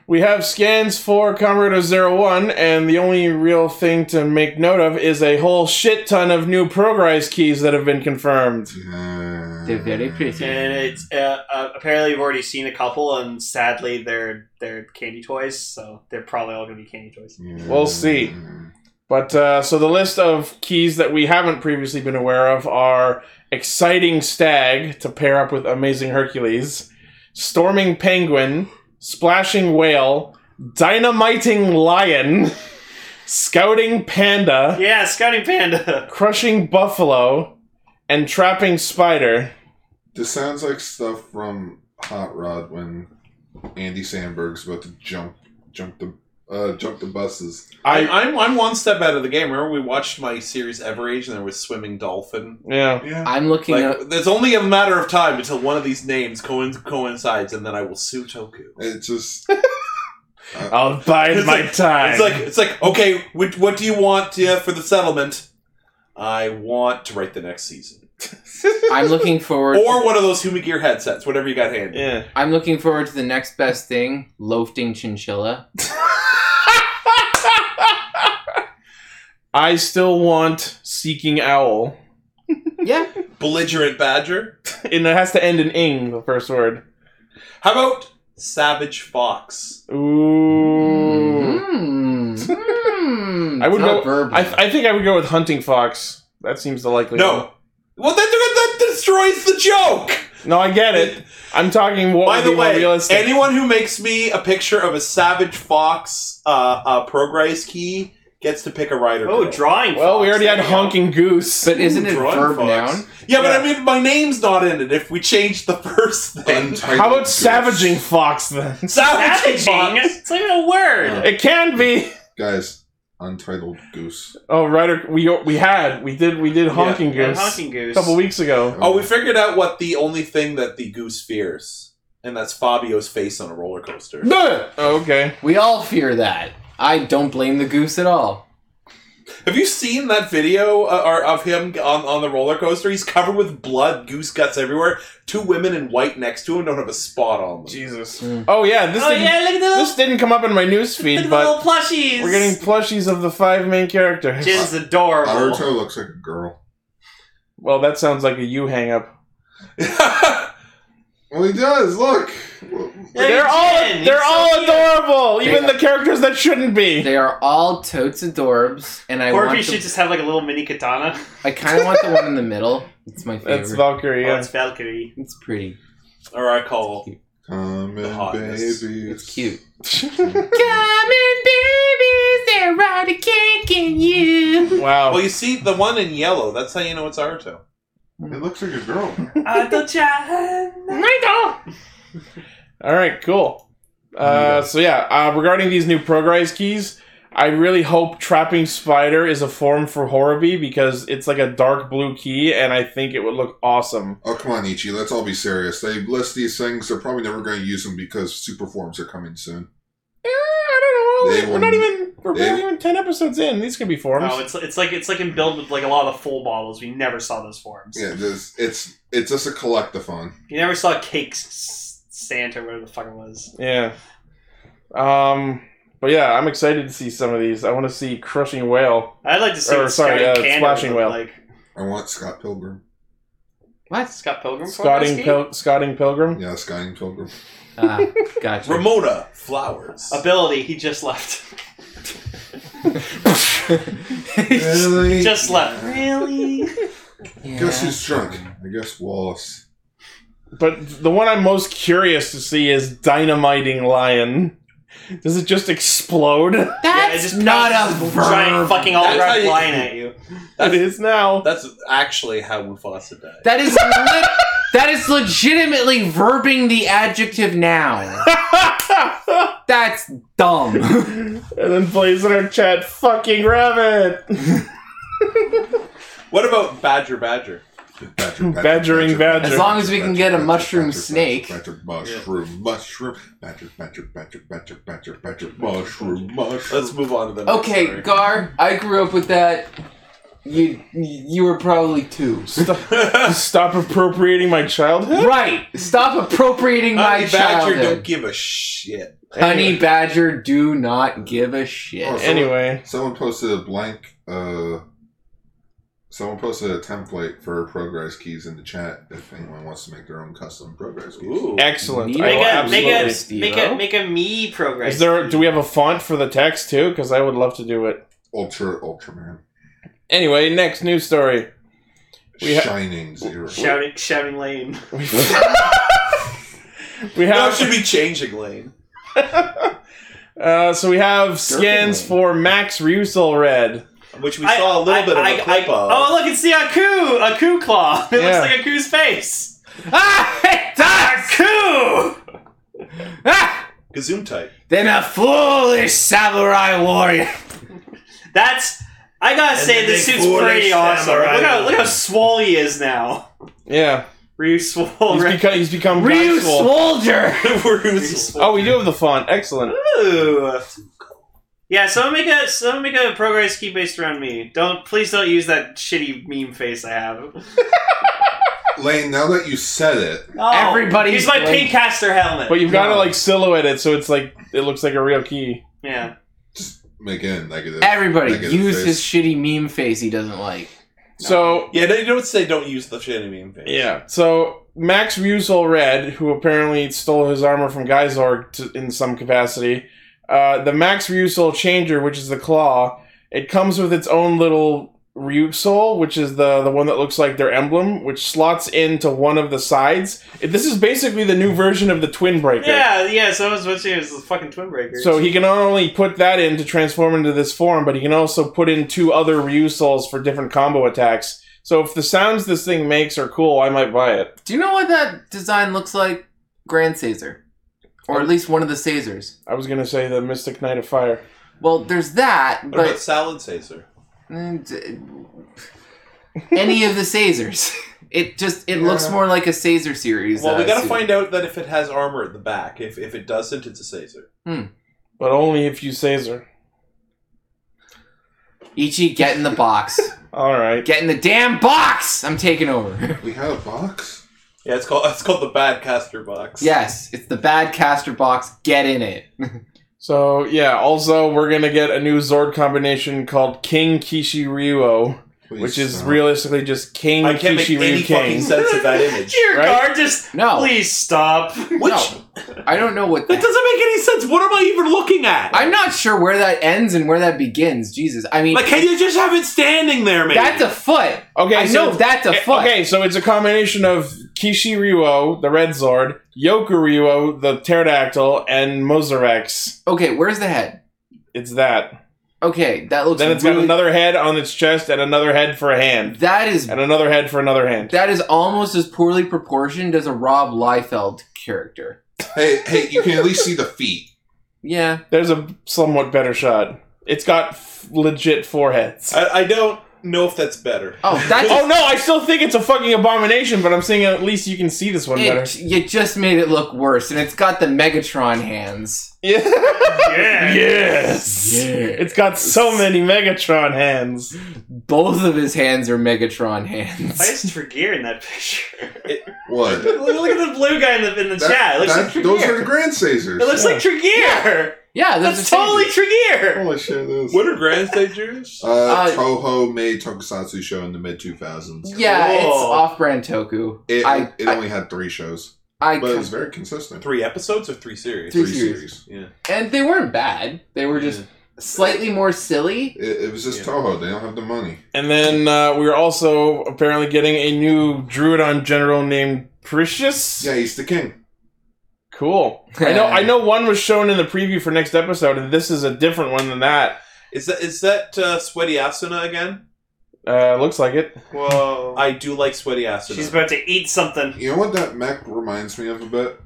B: We have scans for Comrade 01, and the only real thing to make note of is a whole shit ton of new Progrise keys that have been confirmed.
C: they're very pretty.
D: And it's uh, uh, apparently you've already seen a couple, and sadly they're they're candy toys, so they're probably all gonna be candy toys.
B: We'll see. But uh, so the list of keys that we haven't previously been aware of are Exciting Stag to pair up with Amazing Hercules, Storming Penguin, Splashing Whale, Dynamiting Lion, Scouting Panda.
D: Yeah, Scouting Panda.
B: crushing buffalo and trapping spider.
F: This sounds like stuff from Hot Rod when Andy Sandberg's about to jump, jump the, uh, jump the buses.
E: I, I'm I'm one step out of the game. Remember, we watched my series Everage, and there was swimming dolphin.
B: Yeah.
F: Yeah.
C: I'm looking
E: Like,
C: up.
E: there's only a matter of time until one of these names coinc- coincides, and then I will sue Toku.
F: It just
B: I'll bide
E: It's
B: my
E: like-
B: time.
E: It's like it's like okay, what, what do you want uh, for the settlement? I want to write the next season,
C: I'm looking forward.
E: or one of those Humi Gear headsets, whatever you got handy.
B: yeah.
C: I'm looking forward to the next best thing, loafing chinchilla.
B: I still want seeking owl.
C: Yeah,
E: Belligerent Badger.
B: And it has to end in ing, the first word.
E: How about Savage Fox?
B: Ooh.
C: Mm. Mm.
B: I would
C: Not
B: go-
C: verbal.
B: Mm-hmm. I, I think I would go with hunting fox. That seems the likely. one.
E: No. Well, that, that destroys the joke.
B: No, I get it. I'm talking
C: Oh,
B: what
E: By
B: would
E: the
B: be more
E: way,
B: realistic.
E: anyone who makes me a picture of a Savage Fox uh, uh, progress key gets to pick a rider.
D: Oh,
E: girl.
D: drawing.
B: well, we
D: fox,
B: already
D: there
B: had
D: you go.
B: honking goose.
C: but isn't it
E: Drawing
C: verb
E: fox.
C: noun?
E: Yeah, but
B: Yeah.
E: I mean, my name's not in it. If we change the first thing,
F: untitled
B: How about
F: goof.
B: savaging fox then?
E: Savage
D: Savaging.
E: Fox.
D: It's not even a word.
B: It can be.
F: guys? Untitled goose.
B: Oh, Ryder, we we had we did we did honking
D: Yeah,
B: goose
D: honking goose.
B: a couple weeks ago.
E: Oh, we figured out what the only thing that the goose fears, and that's Fabio's face on a roller coaster.
B: Oh, okay.
C: We all fear that. I don't blame the goose at all.
E: Have you seen that video uh, or of him on, on the roller coaster? He's covered with blood, goose guts everywhere. Two women in white next to him don't have a spot on them.
B: Jesus.
E: Hmm.
C: Mm.
B: Oh yeah, this
D: oh
B: didn't,
D: yeah, look at the little,
B: this didn't come up in my news
D: look at
B: feed,
D: the little
B: but
D: plushies.
B: we're getting plushies of the five main characters.
D: Jin's adorable.
F: Naruto looks like a girl.
B: Well, that sounds like a you hang up.
F: Well, he does. Look.
D: Yeah,
B: they're
D: he's
B: all
D: Jin. He's
B: they're
D: so
B: all
D: cute.
B: adorable, even
C: They-
B: the characters that shouldn't be.
C: They are all totes adorbs, and I
D: Corby
C: want
D: should
C: the,
D: just have like a little mini katana.
C: I kind of want the one in the middle. It's my favorite.
B: That's Valkyrie.
D: Oh,
B: Yeah.
D: it's Valkyrie.
C: it's pretty.
E: or I call
F: Come
E: The
F: and
E: hotness.
F: baby.
C: It's cute.
B: wow.
E: Well, you see the one in yellow. That's how you know it's Naruto.
F: It looks like a girl.
D: Adochan.
B: All right, cool. Uh, so yeah, uh, regarding these new progrise keys, I really hope trapping spider is a form for Horobi because it's like a dark blue key, and I think it would look awesome.
F: Oh, come on, Ichi. Let's all be serious. They list these things. They're probably never going to use them because super forms are coming soon.
B: Eh, I don't know.
F: They
B: we're not
F: will-
B: even we're
F: they-
B: barely even ten episodes in. These could be forms.
D: No, it's it's like it's like in build with like a lot of the full bottles. We never saw those forms.
F: Yeah, this, it's it's just a collectathon.
D: You never saw cakes S- Santa or whatever the fuck it was.
B: yeah. Um. But yeah, I'm excited to see some of these. I want to see crushing whale.
D: I'd like to see
B: Or,
D: what
B: sorry,
D: Scotty
B: uh,
D: Cannon
B: Splashing
D: looked
B: Whale.
D: like
F: I want Scott Pilgrim.
C: What?
D: Scott Pilgrim.
B: Scotting
D: Pornowski?
B: Pil- Scotting Pilgrim.
F: Yeah, Scott Pilgrim.
C: Ah, gotcha.
E: Ramona Flowers.
D: ability. He just left.
F: Really?
D: Just left. Really?
F: Guess who's drunk? I guess Wallace.
B: But the one I'm most curious to see is dynamiting lion. Does it just explode?
D: yeah, it
C: That's
D: just
C: not a
D: pounces
C: verb.
D: giant fucking all
E: That's how
D: red
E: you-
D: flying at you.
B: It is now.
E: That's actually how Mufasa died.
C: That is le- that is legitimately verbing the adjective noun. That's dumb.
B: and then plays in our chat, fucking rabbit.
E: What about Badger Badger?
F: Badger, badger,
B: Badgering badger.
C: As long as we can get a
F: badger,
C: mushroom
F: badger,
C: snake.
F: Badger, badger, mushroom, mushroom. Badger, badger, badger, badger, badger, badger, mushroom, mushroom.
E: Let's move on to the next
C: Okay,
E: story.
C: Gar, I grew up with that. You you were probably two.
B: Stop appropriating my childhood.
C: Right. Stop appropriating my
E: Honey Badger don't
C: childhood.
E: give a shit.
C: Honey Badger, do not give a shit.
F: Oh,
B: Anyway,
F: Someone posted a blank. Uh, someone posted a template for progress keys in the chat. If anyone wants to make their own custom progress keys,
E: Ooh.
B: excellent.
C: Neat.
B: I
D: Make
B: will
D: a, make
B: Oh, absolutely.
D: a,
C: Steve-o.
D: make a, make a me progress.
B: Is there? Do we have a font for the text too? Because I would love to do it.
F: Ultra Ultraman,
B: Anyway, next news story. We ha-
F: Shining Zero.
D: Shouting, shouting lane.
B: We
E: No, it
B: have
E: should be changing lane.
B: uh, so we have scans for Max Rusel Red.
E: Which we saw a little bit of a clip of.
D: Oh, look, it's the Aku! Aku claw! It
B: Yeah.
D: looks like Aku's face!
C: Ah, it does!
D: Aku!
C: Ah!
E: Gazoom type.
C: Then a foolish samurai warrior.
D: That's. I gotta say,
E: the
D: this
E: big
D: suit's
E: foolish
D: pretty awesome.
E: samurai.
D: Look how, look how swole he is now.
B: Yeah,
D: Ryu swole,
B: he's
D: right?
B: become he's become
C: Ryu
B: Maxwell.
C: Soldier.
E: Ruse.
B: Oh, we do have the font. Excellent.
D: Ooh. Yeah, someone make a someone make a progress key based around me. Don't please don't use that shitty meme face I have.
F: Lane, now that you said it,
D: Oh,
C: Everybody's
D: use my
C: like-
D: pink caster helmet.
B: But you've got to
C: No.
B: like silhouette it so it's like it looks like a real key.
D: yeah,
F: make it a negative.
C: Everybody
F: Negative
C: use
F: face.
C: his shitty meme face he doesn't like.
B: So
E: Yeah, no, you don't say don't use the shiny meme face.
B: Yeah. So Max Musel Red, who apparently stole his armor from Geysorg to, in some capacity, uh, the Max Musel Changer, which is the claw, it comes with its own little Ryuksol, which is the the one that looks like their emblem, which slots into one of the sides. This is basically the new version of the Twin Breaker.
D: yeah, yeah. So I was watching it was the fucking twin breaker.
B: So he can not only put that in to transform into this form, but he can also put in two other Ryu Souls for different combo attacks. So if the sounds this thing makes are cool, I might buy it.
C: Do you know what that design looks like? Grand Caesar. Or at least one of the Caesars.
B: I was gonna say the Mystic Knight of Fire.
C: Well, there's that,
E: What about
C: but
E: Salad Caesar?
C: Mm, d- any of the Caesars. It just it looks more like a Caesar series.
E: Well, we
C: uh,
E: gotta
C: suit.
E: find out that if it has armor at the back. If if it doesn't, it's a Caesar.
B: But only if you Caesar.
C: Ichi get in the box.
B: Alright.
C: get in the damn box. I'm taking over.
F: We had a box.
E: Yeah, it's called it's called the Bad Caster Box.
C: yes, it's the bad caster box. Get in it.
B: So yeah, also we're gonna get a new Zord combination called King Kishi Ryuo,
F: Please
B: which is
F: stop.
B: realistically just King
E: I can't make
B: Kishi
E: any
B: Ryu
E: fucking
B: King.
E: sense of that image.
D: Dear
B: right?
D: guard, just
B: Oh.
C: No.
D: please stop.
E: Which
C: No. I don't know what
E: that
C: the
E: doesn't make any sense. What am I even looking at?
C: I'm not sure where that ends and where that begins. Jesus. I mean,
E: like, can you just have it standing there, man?
C: that's a foot.
B: Okay,
C: I
B: so
C: know that's a
B: Eh,
C: foot.
B: Okay, so it's a combination of Kishi Ryuo, the Red Zord, Yoku Ryuo, the Pterodactyl, and Mosarex.
C: Okay, where's the head?
B: It's that.
C: Okay, that looks
B: Then it's got
C: really,
B: another head on its chest and another head for a hand.
C: That is
B: And another head for another hand.
C: that is almost as poorly proportioned as a Rob Liefeld character.
F: Hey, hey, you can at least see the feet.
C: Yeah.
B: There's a somewhat better shot. It's got f- legit four heads.
E: I, I don't know if that's better.
C: Oh, that's
B: oh no, I still think it's a fucking abomination, but I'm saying at least you can see this one
C: it,
B: better.
C: you just made it look worse, and it's got the Megatron hands.
B: Yeah.
D: Yeah.
B: yes. It's got so many Megatron hands.
C: Both of his hands are Megatron hands.
D: Why is Tregear in that picture?
F: What?
D: look, look at the blue guy in the in the
F: That-
D: chat. It looks
F: that-
D: like
F: those
D: Tregear.
F: are the Grand Caesars.
D: It looks like Tregear.
C: Yeah, those
D: That's
C: are
D: totally
C: Caesars.
D: Tregear.
F: Holy shit, those.
E: What are Grand Stagers?
F: Uh,
C: Uh,
F: Toho made tokusatsu show in the mid 2000s.
C: Yeah, it's
D: Whoa.
C: off-brand Toku.
F: It,
C: I,
F: it
C: I,
F: only had three shows,
C: I,
F: but it was very consistent.
E: Three episodes or three series?
C: Three
F: Three
C: series.
F: series.
E: Yeah.
C: and they weren't bad. They were just slightly more silly.
F: It, it was just
E: Yeah.
F: Toho. They don't have the money.
B: And then uh, we are also apparently getting a new Druidon general named Precious.
F: Yeah, he's the king.
B: Cool. I know. I know one was shown in the preview for next episode, and this is a different one than that.
E: Is that is that uh, Sweaty Asuna again?
B: Uh, looks like it.
D: Whoa.
E: I do like Sweaty Asuna.
D: She's about to eat something.
F: You know what that mech reminds me of a bit?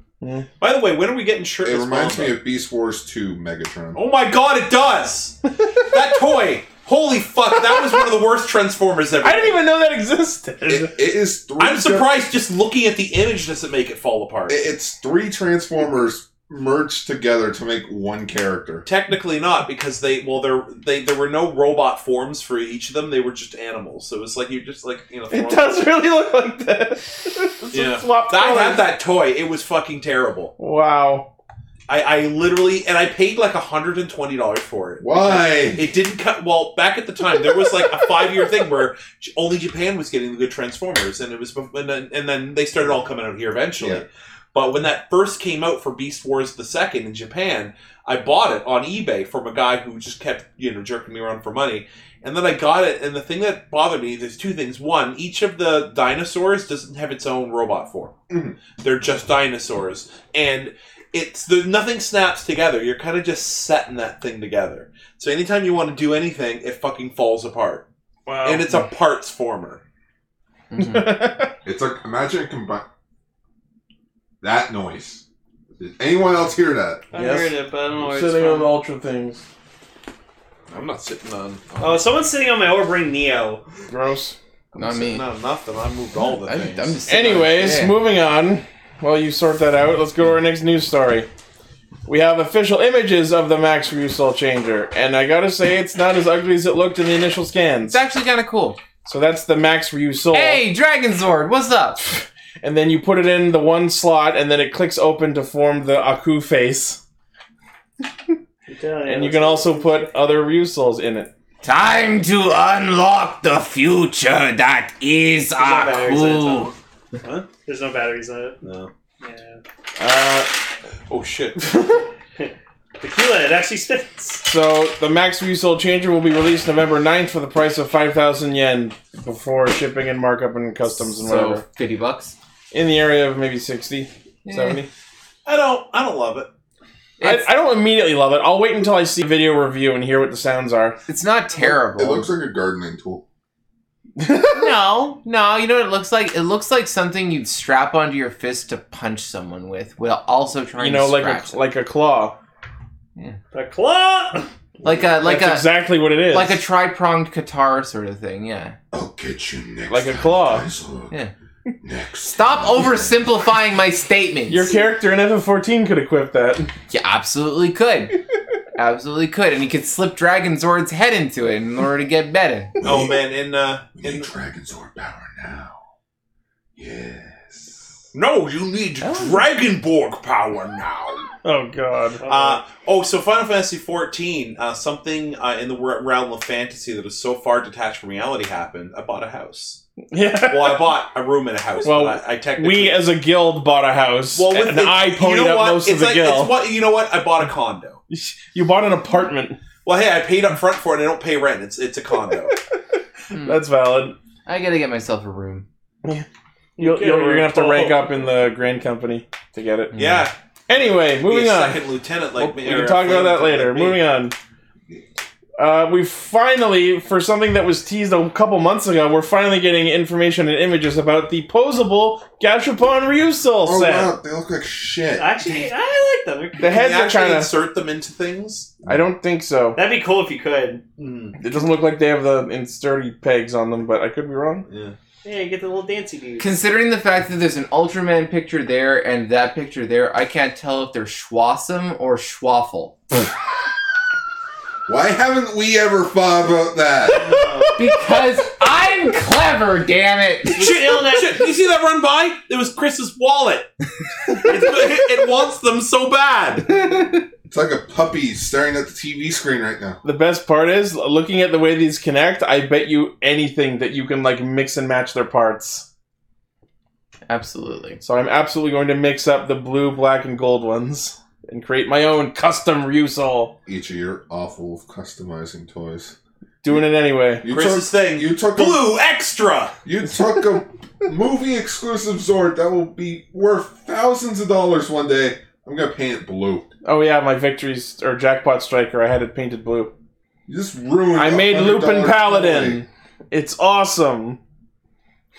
E: By the way, when are we getting shirtless?
F: It reminds me
E: Mamba?
F: of Beast Wars 2 Megatron.
E: Oh my god, it does! that toy! Holy fuck, that was one of the worst Transformers ever.
B: I didn't even know that existed.
F: It, it is three.
E: I'm
F: di-
E: surprised just looking at the image doesn't make it fall apart.
F: it- it's three Transformers merged together to make one character.
E: Technically not, because they well there they there were no robot forms for each of them. They were just animals. So it's like you're just like you know.
B: It
E: throwing-
B: does really look like that. It's
E: Yeah.
B: a swap
E: I had
B: colors.
E: that toy. It was fucking terrible.
B: Wow.
E: I, I literally and I paid like hundred and twenty dollars for it.
F: Why?
E: It didn't cut well back at the time. There was like a five year thing where J- only Japan was getting the good Transformers, and it was bef- and then, and then they started all coming out here eventually.
F: Yeah.
E: But when that first came out for Beast Wars the second in Japan, I bought it on eBay from a guy who just kept you know jerking me around for money, and then I got it. And the thing that bothered me, there's two things. One, each of the dinosaurs doesn't have its own robot form;
F: Mhm.
E: they're just dinosaurs, and it's there's nothing snaps together. You're kind of just setting that thing together. So anytime you want to do anything, it fucking falls apart.
D: Wow.
E: And it's a parts former.
F: It's like, imagine combine that noise. Did anyone else hear that?
D: I
B: Yes.
D: heard it, but I don't know where it's
B: Sitting on
D: from.
B: the ultra things.
E: I'm not sitting on.
D: Oh, someone's sitting on my orb ring Neo.
B: Gross.
E: I'm
C: Not
E: sitting
C: me.
E: on nothing. I moved all the
C: I'm-
E: things.
C: I'm just sitting on-
B: Anyways,
C: Yeah.
B: moving on. While you sort that out, let's go to our next news story. We have official images of the Max Rusol changer, and I gotta say, it's not as ugly as it looked in the initial scans.
C: It's actually kind of cool.
B: So that's the Max Rusol.
C: Hey, Dragon Zord, what's up?
B: And then you put it in the one slot, and then it clicks open to form the Aku face. And you can also put other Rusols in it.
C: Time to unlock the future that is
D: There's no
B: Ah,
D: batteries in it. Tom.
E: Huh?
D: Ah, There's no batteries in it.
E: No.
D: Yeah.
B: Uh,
E: Oh shit.
D: Tequila, it actually spins.
B: So the Max Resale Changer will be released November 9th for the price of 5,000 yen before shipping and markup and customs and
C: So,
B: whatever.
C: 50 bucks.
B: In the area of maybe 60,
C: Yeah.
B: 70.
E: I don't. I don't love it.
B: I,
C: It's,
B: I don't immediately love it. I'll wait until I see video review and hear what the sounds are.
C: it's not terrible.
F: It looks like a gardening tool.
C: no, no. You know what it looks like? It looks like something you'd strap onto your fist to punch someone with, while also trying
B: You know,
C: to
B: like
C: scratch
B: a, like a claw.
D: The claw!
C: like a like
B: That's
C: a
B: exactly what it is.
C: like a tri pronged guitar sort of thing. Yeah.
F: I'll get you next.
B: Like a
F: time,
B: claw.
F: Dinosaur.
C: Yeah.
F: Next.
C: Stop
F: time.
C: oversimplifying my statements.
B: Your character in FF14 could equip that.
C: You absolutely could. absolutely could, and you could slip Dragon Zord's head into it in order to get better.
E: Oh man. In uh.
F: We need
E: In
F: Dragon's Zord power now. Yes.
E: no, you need
C: Oh.
E: Dragonborg power now.
B: Oh, God.
E: Uh, oh, so Final Fantasy XIV, uh, something uh, in the wor- realm of fantasy that is so far detached from reality happened. I bought a house.
B: Yeah.
E: Well, I bought a room and a house.
B: Well,
E: but I, I technically
B: We as a guild bought a house,
E: Well, with
B: and
E: the-
B: I ponied
E: you know
B: up
E: what?
B: most
E: it's
B: of the
E: like, It's
B: guild.
E: what, you know what? I bought a condo.
B: You bought an apartment.
E: Well, hey, I paid up front for it. and I don't pay rent. It's it's a condo.
C: Hmm.
B: That's valid.
C: I gotta get myself a room.
B: You'll,
D: get
B: you'll,
D: a
B: you're gonna have to
D: referral.
B: rank up in the grand company to get it.
E: yeah,
B: Anyway,
E: be
B: moving
E: a
B: on.
E: Second lieutenant, like
B: we
E: me,
B: can
E: or
B: talk
E: a
B: about that
E: lieutenant
B: later.
E: like me.
B: moving on. Uh, we finally, for something that was teased a couple months ago, we're finally getting information and images about the posable Gashapon Ryusoul
F: Oh
B: set.
F: wow, they look like shit.
D: Actually, I like them. They're
B: The
D: cool.
E: Can
B: heads
E: you
B: are
E: actually
B: kind of.
E: insert them into things?
B: I don't think so.
D: That'd be cool if you could.
E: Mm,
B: It doesn't look like they have the in sturdy pegs on them, but I could be wrong.
E: yeah.
D: Yeah, you get the little dancing dude.
C: Considering the fact that there's an Ultraman picture there and that picture there, I can't tell if they're Schwassum or Schwaffle.
F: Why haven't we ever thought about that?
C: Because I'm clever, damn it!
D: Shit, illness.
E: Shit, you see that run by? It was Chris's wallet. It's- it, it wants them so bad.
F: It's like a puppy staring at the TV screen right now.
B: The best part is looking at the way these connect. I bet you anything that you can like mix and match their parts.
C: Absolutely.
B: So I'm absolutely going to mix up the blue, black, and gold ones. and create my own custom Ryusoul.
F: Each of your awful with customizing toys.
B: Doing it anyway.
F: You took,
E: Chris's thing.
F: you took a,
E: Blue extra.
F: you took a movie exclusive Zord that will be worth thousands of dollars one day. I'm gonna paint it blue.
B: Oh yeah, my victories or jackpot striker. I had it painted blue.
F: You just ruined.
B: I
F: a
B: made
F: $100
B: Lupin
F: toy.
B: Paladin. It's awesome.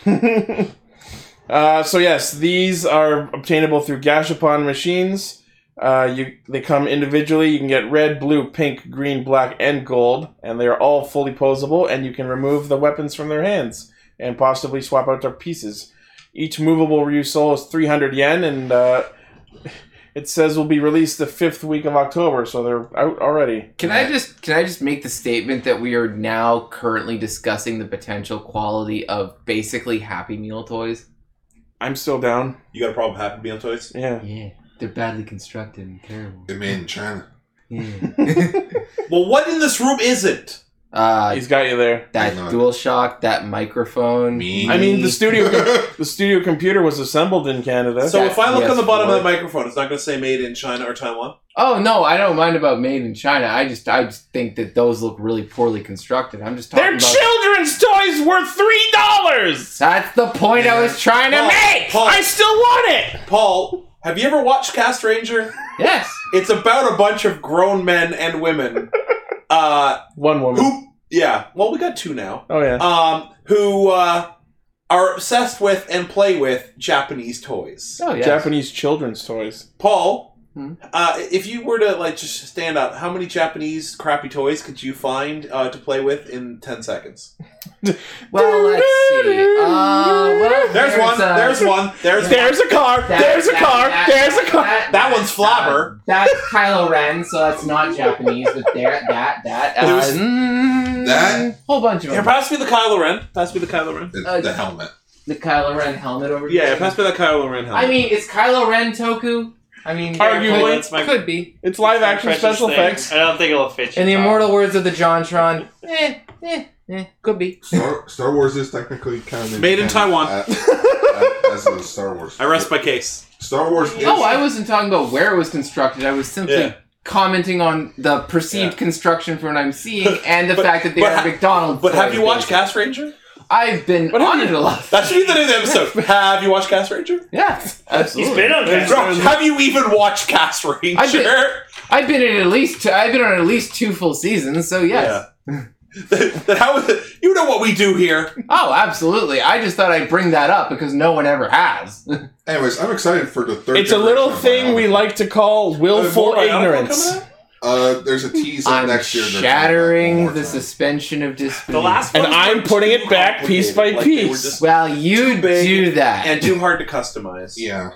B: uh, so yes, these are obtainable through Gashapon machines. Uh, you they come individually. You can get red, blue, pink, green, black, and gold, and they are all fully posable. And you can remove the weapons from their hands and possibly swap out their pieces. Each movable Ryusoul is 300 yen, and uh, it says will be released the fifth week of October. So they're out already.
C: Can I just can I just make the statement that we are now currently discussing the potential quality of basically Happy Meal toys?
B: I'm still down.
E: You got a problem happy meal toys?
B: Yeah.
C: Yeah, they're badly constructed and terrible.
F: They made in China.
C: Yeah.
E: Well, what in this room isn't?
C: uh,
B: He's got you there.
C: that
F: Hang on.
C: DualShock, that microphone.
F: Me.
B: I mean, the studio the studio computer was assembled in Canada.
E: So if I look
C: Yes,
E: on the bottom
C: Lord.
E: of that microphone, it's not going to say made in China or Taiwan.
C: Oh no, I don't mind about made in China. I just I just think that those look really poorly constructed. I'm just talking
B: They're
C: about
B: children's toys worth three dollars.
C: That's the point I was trying to
E: Paul,
C: make.
E: Paul,
B: I still want it.
E: Paul, have you ever watched Cast Ranger?
C: Yes.
E: It's about a bunch of grown men and women. Uh,
B: One woman.
E: who? Yeah. Well, we got two now.
B: Oh yeah.
E: Um, who uh, are obsessed with and play with Japanese toys.
C: Oh yes.
B: Japanese children's toys.
E: Paul,
C: Hmm?
E: uh, if you were to like just stand up, how many Japanese crappy toys could you find uh, to play with in ten seconds?
C: Well, let's see. Uh, well,
E: There's one.
C: a-
E: there's one. There's one.
B: There's a car.
C: that-
B: there's a
C: that-
B: car.
C: that-
B: there's a car.
C: That,
E: That one's Flabber.
C: That's Kylo Ren, so that's not Japanese. But there, that, that, uh,
E: There's-
C: mm,
F: That-
C: whole bunch of
E: Here,
C: them.
E: pass me the Kylo Ren. Pass me the Kylo Ren.
F: The,
C: Uh,
F: the helmet.
C: the Kylo Ren helmet over.
E: Yeah,
C: here.
E: yeah, pass me that Kylo Ren helmet.
C: I mean, it's Kylo Ren Toku. I mean,
B: Arguably.
C: could-
D: That's my-
C: could be.
B: It's live action
D: Precious
B: special
D: thing.
B: effects.
D: I don't think it'll fit. you,
C: In the
D: Tom.
C: immortal words of the JonTron, eh, eh, eh, could be.
F: Star, Star Wars is technically kind of
E: Made in Taiwan.
F: That's a Star Wars.
E: I rest my case.
F: Star Wars. Is,
C: Oh, I wasn't talking about where it was constructed. I was simply
E: Yeah.
C: commenting on the perceived construction from what I'm seeing and the
E: But-
C: fact that they
E: but
C: are
E: ha-
C: McDonald's.
E: But have
C: toys,
E: you watched
C: basically.
E: Cast Ranger?
C: I've been
B: But have
C: on
B: you-
C: it a lot.
E: That should be the name of the episode. Have you watched Cast Ranger?
C: Yeah,
D: He's
C: absolutely.
D: been on
B: There's-
D: camera.
E: Josh, have you even watched Cast Ranger?
C: I did. I've been in at least. Two, I've been on at least two full seasons. So yes.
E: Then- then how is it? You know what we do here.
C: Oh, absolutely. I just thought I'd bring that up because no one ever has.
F: Anyways, I'm excited for the third.
B: It's a little
F: generation of
B: thing we
F: Bionic.
B: like to call willful
E: Is Morbionic
B: ignorance.
E: coming out?
F: Uh, there's a tease on
C: I'm
F: next year. they're doing that one
C: shattering
F: more
C: the
F: time.
C: suspension of disbelief.
D: The last
B: And
D: ones
B: I'm
D: were
B: putting
D: too
B: it back piece by
E: complicated, like they were
B: piece.
E: just-
C: well, you
E: Too big
C: do that.
E: And too hard to customize.
F: Yeah,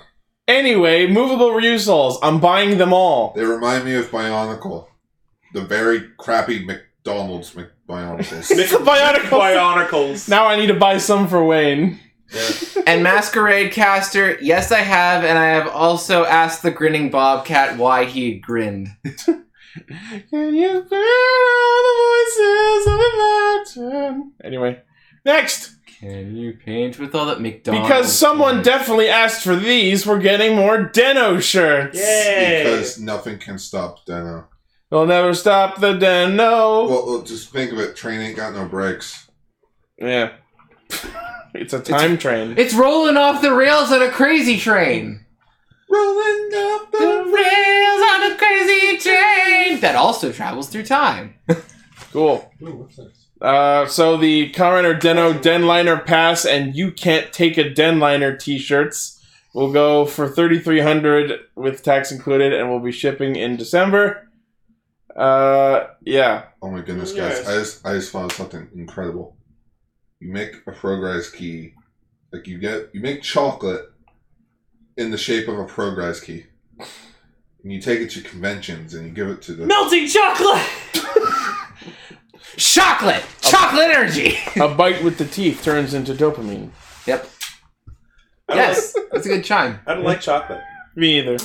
B: Anyway, movable Ryusols. I'm buying them all.
F: they remind me of Bionicle, the very crappy McDonald's McBionicles.
E: Mix-
B: It's a Bionicle.
E: Bionicles.
B: Now I need to buy some for Wayne.
C: And Masquerade Caster, yes, I have, and I have also asked the grinning Bobcat why he had grinned.
B: Can you hear all the voices of imagine? Anyway, next
C: Can you paint with all that McDonald's?
B: because someone definitely asked for these, we're getting more Deno shirts.
D: Yay!
F: because nothing can stop Deno.
B: They'll never stop the Deno.
F: Well, well, just think of it. Train ain't got no brakes.
B: yeah, it's a time train.
C: It's rolling off the rails on a crazy train.
F: Rolling up
C: The rails on a crazy train that also travels through time.
B: Cool. Uh, so the Coroner Deno Denliner Pass and You Can't Take a Denliner t-shirts will go for 3300 with tax included and will be shipping in December. Uh, yeah.
F: Oh my goodness, guys!
D: Yes.
F: I just I just found something incredible. You make a progress key, like you get you make chocolate in the shape of a progress key, and you take it to conventions and you give it to the.
D: melting chocolate.
C: Chocolate! Chocolate energy!
B: A bite with the teeth turns into dopamine.
C: Yep.
E: I don't
C: Yes, that's a good chime.
E: like- I don't like chocolate.
B: Me either.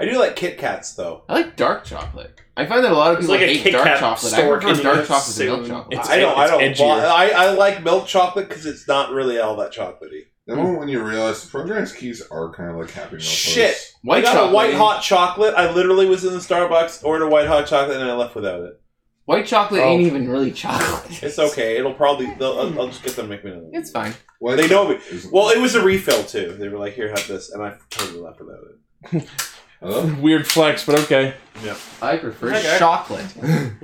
E: I do like Kit Kats though.
C: I like dark chocolate. I find that a lot of
D: It's
C: people
D: like a
C: hate
D: Kit
C: dark
D: Kat
C: chocolate. I
D: store
C: prefer
D: coming
C: dark
D: up
C: chocolate to milk
D: soon.
C: chocolate.
B: It's-
E: I don't. I
B: it's
E: don't.
B: edgier.
E: I, I like milk chocolate because it's not really all that chocolatey.
F: That moment when you realize the progress keys are kind of like happy meal
E: Shit.
F: toast.
E: I
C: White
E: got
C: chocolate.
E: a white hot chocolate. I literally was in the Starbucks, ordered a white hot chocolate, and I left without it.
C: White chocolate
B: Oh.
C: ain't even really chocolate.
E: It's okay. It'll probably. They'll, I'll, I'll just get them to make me another.
C: It's fine.
F: White
E: They know me.
F: chocolate is-
E: Well, it was a refill too. They were like, "Here, have this," and I totally left without it.
F: Hello?
B: Weird flex, but okay.
C: I prefer
E: Okay.
C: chocolate.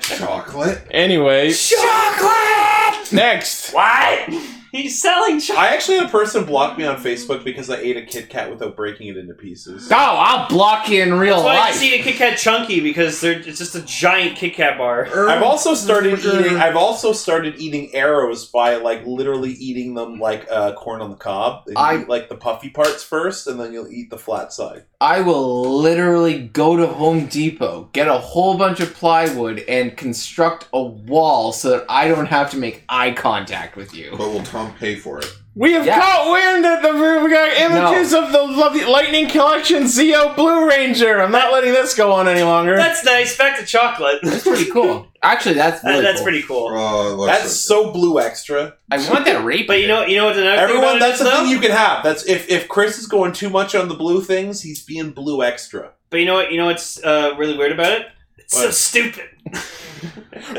F: chocolate.
B: Anyway,
D: Chocolate!
B: next.
D: What? He's selling chocolate.
E: I actually had a person block me on Facebook because I ate a Kit Kat without breaking it into pieces.
C: Oh, I'll block you in real
D: That's why I
C: life.
D: just eat a Kit Kat chunky because they're, it's just a giant Kit Kat bar.
C: Er.
E: I've also started
C: Burger.
E: eating. I've also started eating arrows by like literally eating them like uh, corn on the cob. And you
C: I-
E: eat, like the puffy parts first, and then you'll eat the flat side.
C: I will literally go to Home Depot, get a whole bunch of plywood, and construct a wall so that I don't have to make eye contact with you.
F: But will Tom pay for it?
B: We have
C: Yeah.
B: caught wind that the we got images of the lovely Lightning Collection ZO Blue Ranger. I'm not letting this go on any longer.
D: That's nice. Back to chocolate.
C: That's pretty cool. Actually, that's
D: That-
C: really
D: that's
C: cool.
D: pretty cool.
F: Oh, it looks
E: That's
F: like-
E: so blue extra.
C: I want that rape.
D: But you know, you know what? Another
E: Everyone,
D: thing about it
E: that's
D: is,
E: the
D: though?
E: thing you can have. That's if if Chris is going too much on the blue things, he's being blue extra.
D: But you know what? You know what's uh, really weird about it? It's so
E: What?
D: stupid.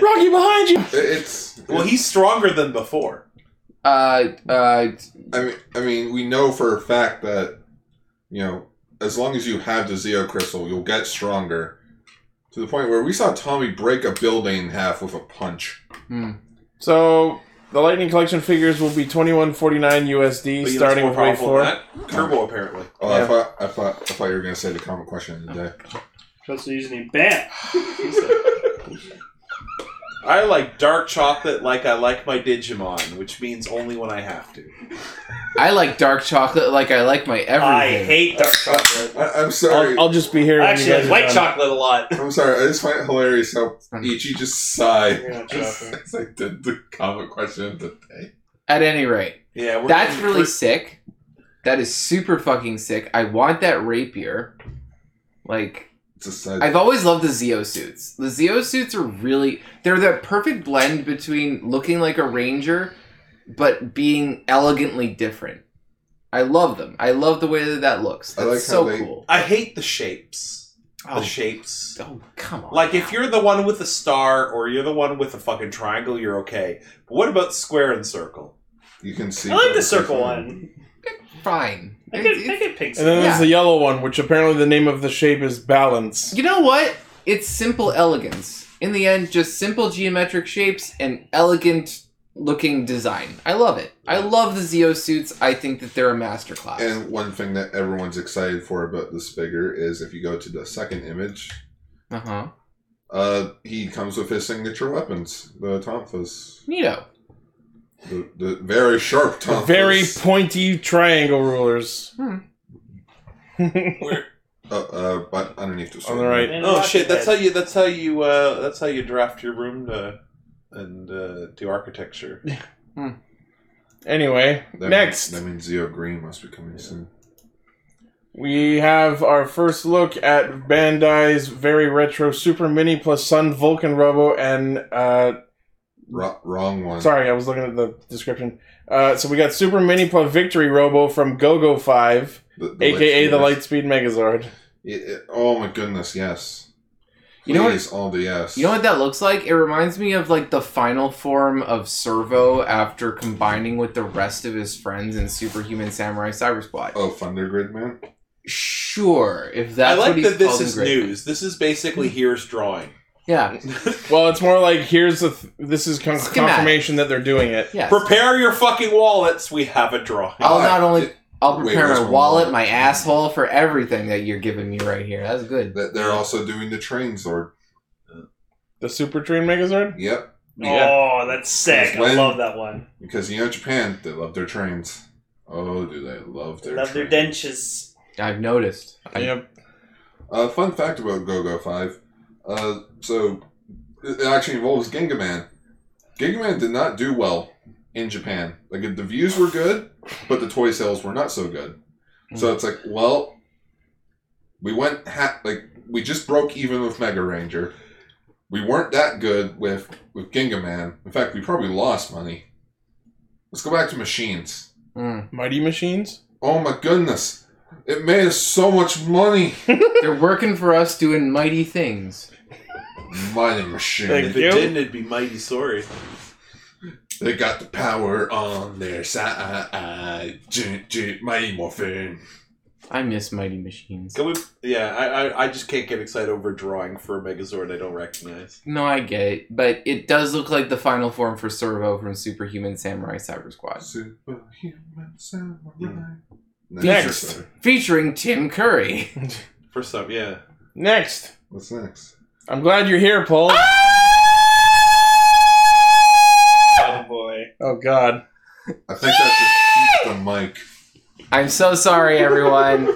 B: Rocky behind you.
F: It- It's
E: Well, he's stronger than before.
C: uh, uh,
F: I mean, I mean, we know for a fact that you know, as long as you have the Zeo crystal, you'll get stronger. To the point where we saw Tommy break a building in half with a punch.
C: hmm.
B: So the Lightning Collection figures will be 2149 USD
E: But you know
B: starting with
E: what's more
B: wave
E: powerful
B: four.
E: than that? Turbo, apparently.
F: Oh,
B: Yeah.
F: I thought, I thought, I thought you were gonna say the common question of the day.
D: Trust the username. Bam.
E: I like dark chocolate like I like my Digimon, which means only when I have to.
C: I like dark chocolate like I like my everything.
D: I hate dark chocolate.
F: I, I'm sorry.
B: I'll, I'll just be here. when you
D: Actually, I
B: guys are
D: like white
B: done.
D: chocolate a lot.
F: I'm sorry. I just find it hilarious how Ichi just sighed.
D: Chocolate.
F: It's like the, the common question of the day.
C: At any rate,
E: Yeah, we're
C: that's really sick. That is super fucking sick. I want that rapier. Like,
F: It's a side.
C: I've always loved the Zeo suits. The Zeo suits are really they're the perfect blend between looking like a ranger but being elegantly different. I love them. I love the way that that looks.
F: I
C: That's
F: like
C: so
F: how they-
C: cool.
E: I hate the shapes. The
C: Oh,
E: shapes.
C: oh, come on.
E: Like if you're the one with a star or you're the one with a fucking triangle, you're okay. But what about square and circle?
F: you can see.
D: I like
F: from
D: the circle
F: picture.
D: one.
C: fine.
D: I
C: It's-
D: could, I
C: it's-
D: could pink.
B: And then
C: Yeah.
B: there's the yellow one, which apparently the name of the shape is balance.
C: you know what? It's simple elegance. In the end, just simple geometric shapes and elegant looking design. I love it. I love the Zeo suits. I think that they're a masterclass.
F: And one thing that everyone's excited for about this figure is if you go to the second image,
C: uh-huh.
F: uh, he comes with his signature weapons, the tomfas,
C: Neato.
F: the, the very sharp
E: Oh,
B: The
F: tomfas.
B: very pointy triangle rulers.
C: Hmm.
F: uh, uh, but underneath the sword.
B: On the right.
E: Oh shit, that's how you that's how you uh that's how you draft your room to and uh do architecture.
B: Anyway,
F: That
B: next.
F: means, that means Zeo Green must be coming soon.
B: We have our first look at Bandai's very retro Super Mini plus Sun Vulcan Robo and uh
F: Ro- wrong one.
B: sorry, I was looking at the description. Uh so we got Super Mini plus Victory Robo from GoGo 5,
F: The- the
B: aka the
F: lights-
B: Lightspeed Megazord.
F: It- it- oh my goodness, yes.
C: You know what-
F: Please, all the yes.
C: You know what that looks like? It reminds me of like the final form of Servo after combining with the rest of his friends in Superhuman Samurai Cyber Squad.
F: Oh, Thunder Grid Man.
C: Sure, if
E: I
C: that's what
E: like
C: he's
E: that this
C: called in
E: is
C: Great-
E: news. This is basically here's drawing.
C: Yeah,
B: Well, it's more like here's a th- this is con-
C: Schematic.
B: confirmation that they're doing it.
C: yeah.
E: Prepare your fucking wallets. We have a drawing.
C: I'll
F: Oh,
C: not only I'll
F: Wait,
C: prepare
F: where's
C: my
F: my
C: wallet,
F: wallet?
C: my asshole for everything that you're giving me right here. That's good.
F: That they're also doing the train sword.
B: The Super Train Megazord?
F: Yep,
D: Oh, that's sick. I
F: When-
D: love that one.
F: because you know Japan, they love their trains. Oh, do they love their
D: love their
F: trains.
D: dentures.
C: I've noticed.
B: Yep.
F: Uh, fun fact about GoGo Five. Uh, so it it actually involves Ginga Man. Ginga Man did not do well in Japan. Like the views were good, but the toy sales were not so good. So it's like, well, we went ha- like we just broke even with Mega Ranger. We weren't that good with with Ginga Man. In fact, we probably lost money. Let's go back to machines.
C: Mm.
B: Mighty Machines.
F: Oh my goodness. It made us so much money.
C: They're working for us doing mighty things.
F: Mighty machine.
B: Thank
E: If
B: you.
E: it didn't, it'd be mighty sorry.
F: They got the power on their side. J- J- Mighty Morphin.
C: I miss mighty machines.
E: Can we? Yeah, I, I, I just can't get excited over a drawing for a Megazord I don't recognize.
C: No, I get it, but it does look like the final form for Servo from Superhuman Samurai Cyber Squad,
F: Superhuman samurai.
E: Mm.
B: Next.
C: featuring Tim Curry.
E: First up, yeah.
B: Next.
F: What's next?
B: I'm glad you're here, Paul.
D: Oh boy.
B: Oh God.
F: I think that's just the mic.
C: I'm so sorry, everyone.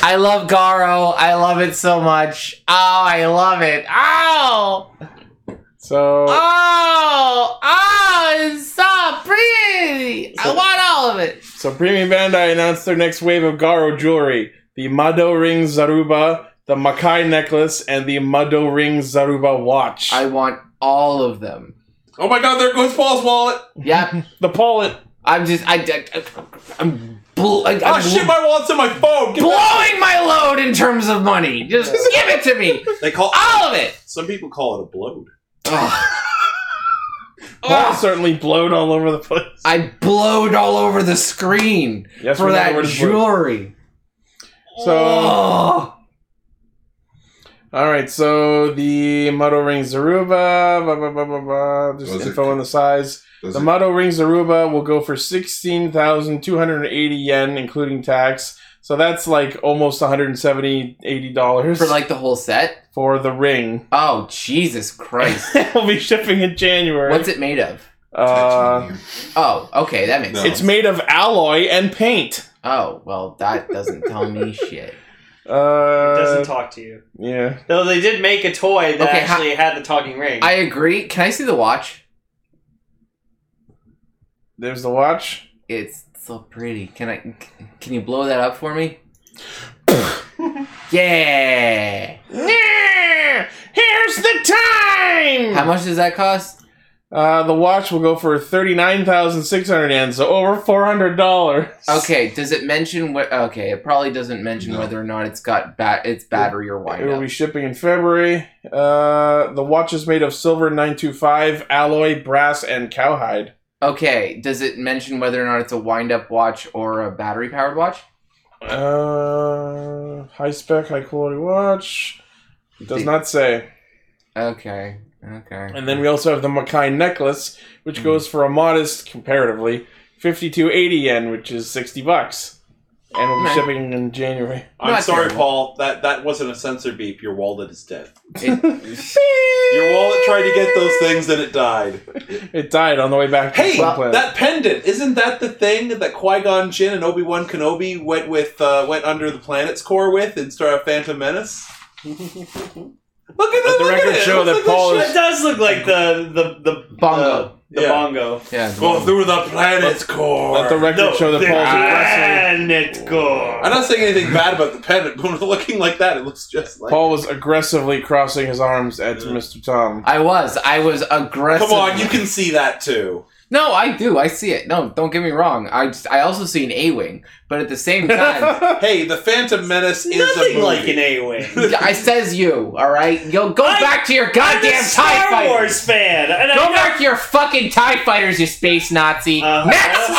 C: I love Garo. I love it so much. Oh, I love it. Oh, Ah!
B: So
C: oh, oh, it's so pretty. I
B: So-
C: want all of it.
B: so Premium Bandai announced their next wave of Garo jewelry: the Mado Ring Zaruba, the Makai necklace, and the Mado Ring Zaruba watch.
C: I want all of them.
E: Oh my God! There goes Paul's wallet.
C: Yep.
B: the Paulet.
C: I'm just, I, I I'm, bl- I,
E: Oh
C: I'm
E: shit! My wallet's in my phone. Get back.
C: blowing my load in terms of money. Just give it to me.
E: They call
C: All of it.
E: some people call it a bloat.
C: Ugh.
B: Paul
C: Ugh.
B: certainly blowed all over the place.
C: I blowed all over the screen
B: Yes,
C: for
B: we know
C: that
B: where to blow.
C: jewelry.
B: So
C: Ugh.
B: all right. So the Mado Ring Zaruba. Blah, blah, blah, blah, blah, just
F: Was it-
B: info on the size.
F: Does
B: The
F: it-
B: Mado Ring Zaruba will go for 16,280 yen, including tax. So that's like almost 170 dollars
C: for like the whole set.
B: for the ring.
C: Oh Jesus Christ!
B: we'll be shipping in January.
C: What's it made of?
B: Uh,
F: titanium.
C: Oh, okay, that makes
F: No.
C: sense.
B: it's made of alloy and paint.
C: oh well, that doesn't tell me shit.
B: Uh,
D: It doesn't talk to you.
B: yeah.
D: Though they did make a toy that
C: Okay, how-
D: actually had the talking ring.
C: I agree. Can I see the watch?
B: There's the watch.
C: It's so pretty. Can I? Can you blow that up for me? yeah.
B: Yeah! Here's the
C: How
B: time.
C: much does that cost?
B: Uh, the watch will go for thirty-nine thousand six hundred yen, so over four hundred dollars.
C: Okay. Does it mention what? Okay, it probably doesn't mention
F: No.
C: whether or not it's got bat its battery or
B: It will
C: wind
B: be
C: up.
B: shipping in February. Uh, the watch is made of silver 925, alloy, brass, and cowhide.
C: Okay. Does it mention whether or not it's a wind up watch or a battery powered watch?
B: Uh, high spec, high quality watch. It does not say.
C: Okay. Okay.
B: And then we also have the Makai necklace,
E: Hmm.
B: which goes for a modest, comparatively, 5280 yen, which is 60 bucks. And we'll be
C: Okay.
B: shipping in January.
E: I'm
C: Not
E: sorry,
C: terrible.
E: Paul. That that wasn't a sensor beep. Your wallet is dead.
C: It-
E: Your wallet tried to get those things and it died.
B: It died on the way back to
E: Hey,
B: the Sun planet.
E: that pendant isn't that the thing that Qui Gon Jinn and Obi Wan Kenobi went with uh, went under the planet's core with in Star of Phantom Menace? look at
B: Let
E: that!
B: the
E: look at
B: record
E: it.
B: show
E: It looks
B: that Paul
E: like
B: is-
D: It does look like the the the
C: Bongo.
D: The, the
E: Yeah.
D: bongo.
C: yeah.
E: shit. Go through the planet's core.
B: Let the record
D: No,
B: show that
D: the
B: Paul's aggressively.
D: planet core.
E: I'm not saying anything bad about the pendant, but when looking like that, it looks just like.
B: Paul was aggressively crossing his arms at
E: Yeah.
B: Mr. Tom.
C: I was. I was aggressive.
E: Come on, you can see that too.
C: No, I do. I see it. No, don't get me wrong. I just, I also see an A wing, but at the same time,
E: Hey, the Phantom Menace is a
D: Nothing
E: movie.
D: like an A wing.
C: I says you. All right, yo, go
D: I'm-
C: back to your
D: I'm a
C: goddamn Tie
D: Star
C: Fighters.
D: Wars fan. And I
C: Go
D: know-
C: back to your fucking Tie Fighters, you space Nazi.
D: Uh-huh.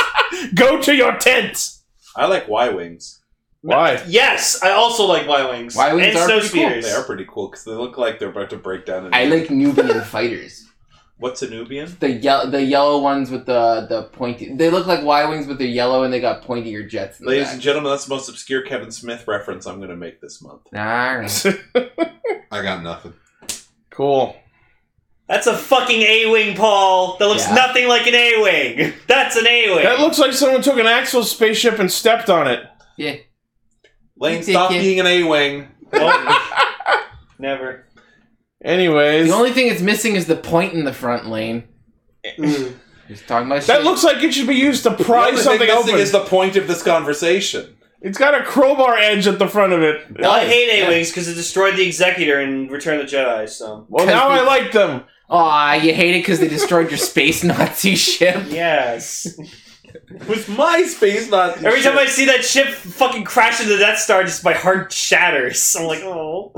B: Go to your tent!
E: I like Y wings.
B: Why?
D: Yes, I also like Y wings.
C: Y-wings
D: and
C: are
D: snow
C: pretty cool.
D: speeders.
E: They are pretty cool because they look like they're about to break down. in-
C: I like Nubian fighters.
E: what's a Nubian?
C: The yellow, the yellow ones with the the pointy. They look like Y wings, but they're yellow and they got pointier jets. In the
E: Ladies
C: back.
E: and gentlemen, that's the most obscure Kevin Smith reference I'm going to make this month.
C: All right.
F: I got nothing.
B: cool.
D: That's a fucking A wing, Paul. That looks
C: Yeah.
D: nothing like an A wing. That's an A wing.
B: That looks like someone took an Axel spaceship and stepped on it.
E: Lane,
C: You take
E: stop
C: it.
E: being an A-wing.
D: Oh. Never.
B: Anyways,
C: The only thing it's missing is the point in the front lane. Just talking about
B: that
C: shit.
B: looks like it should be used to
E: The
B: pry
E: only
B: something
E: thing missing
B: open.
E: is the point of this conversation.
B: it's got a crowbar edge at the front of it.
D: Well, I hate A wings because it destroyed the Executor in Return of the Jedi. So
B: Well, now I like them.
C: Aw, you hate it because they destroyed your space Nazi ship.
D: Yes.
E: With my space Nazi
D: Every time
E: shit.
D: I see that ship fucking crash into the Death Star, just my heart shatters. I'm like, oh.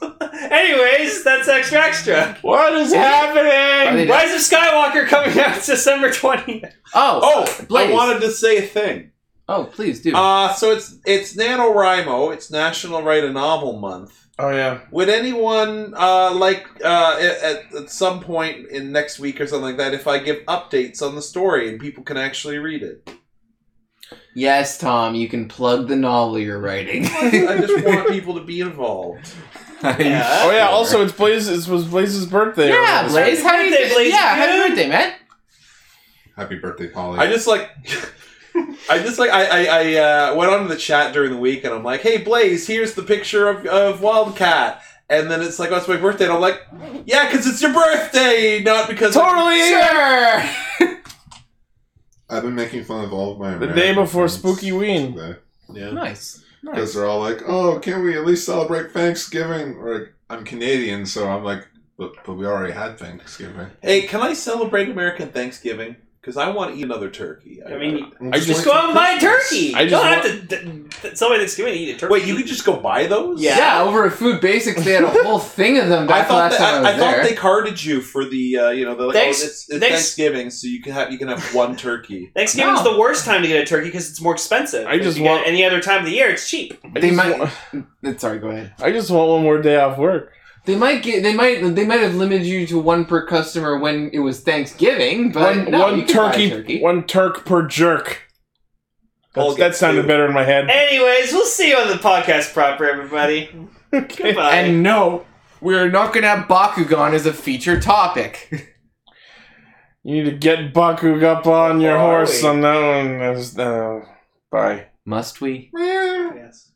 D: Anyways, that's extra extra.
B: What is
C: Are they
B: happening?
D: Rise of Skywalker coming out December 20th.
C: Oh,
E: Oh,
C: Blaze.
E: I wanted to say a thing.
C: oh, please do.
E: Uh, so it's it's NaNoWriMo, it's National Write a Novel Month.
B: Oh yeah.
E: Would anyone uh, like uh, at, at some point in next week or something like that if I give updates on the story and people can actually read it?
C: yes, Tom, you can plug the novel you're writing.
E: I just want people to be involved.
B: Oh yeah. Also, it's Blaze. It was Blaze's birthday.
C: yeah,
B: Blaze.
C: Blaze. How do you?
D: Birthday, Blaze,
C: yeah,
D: dude.
C: happy birthday, man.
F: Happy birthday, Polly.
E: I just like. I just like I I, I uh, went on to the chat during the week and I'm like, hey Blaze, here's the picture of, of Wildcat, and then it's like, oh, it's my birthday, and I'm like, yeah, because it's your birthday, not because
B: Totally.
C: Sure.
F: I've been making fun of all of my
B: The day before Spooky Ween.
E: Yeah.
C: Nice.
F: Because
C: Nice.
F: they're all like, "Oh, can we at least celebrate Thanksgiving?" Or like, I'm Canadian, so I'm like, "But, but we already had Thanksgiving."
E: Hey, can I celebrate American Thanksgiving? Because I want to eat another turkey.
D: I mean,
F: We'll
B: I
D: just
B: just-
D: go
F: wait
D: out and buy a
F: for Christmas.
D: turkey.
B: I
D: I
B: just
D: just Don't
B: want-
D: have to. Th- th- somebody that's going to eat a turkey.
E: wait, you could just go buy those?
D: Yeah.
C: Yeah, over at Food Basics, they had a whole thing of them
E: I
C: back the
E: thought
C: last
E: they,
C: time I
E: I,
C: was
E: I thought
C: there.
E: they carded you for the uh, you know the like,
D: Thanks-
E: oh, it's, it's
D: thanks-
E: Thanksgiving, so you can have you can have one turkey.
D: Thanksgiving's
C: No.
D: the worst time to get a turkey because it's more expensive.
B: I
D: If
B: just
D: you get
B: want-
D: it any other time of the year, it's cheap.
B: I
C: They
B: just
C: might-
B: want-
C: Uh, Sorry, go ahead.
B: I just want one more day off work.
C: They might get. They might. They might have limited you to one per customer when it was Thanksgiving, but
B: one
C: no, you
B: one
C: can buy a
B: turkey, One turkey per jerk. That's,
E: I'll
B: that
E: get
B: sounded
E: two.
B: better in my head.
D: Anyways, we'll see you on the podcast proper, everybody. Goodbye.
C: And no, we're not gonna have Bakugan as a feature topic.
B: You need to get Buckug up on your
D: Where are
B: horse
D: we?
B: on that one. That's- Uh, bye.
C: Must we?
D: yes.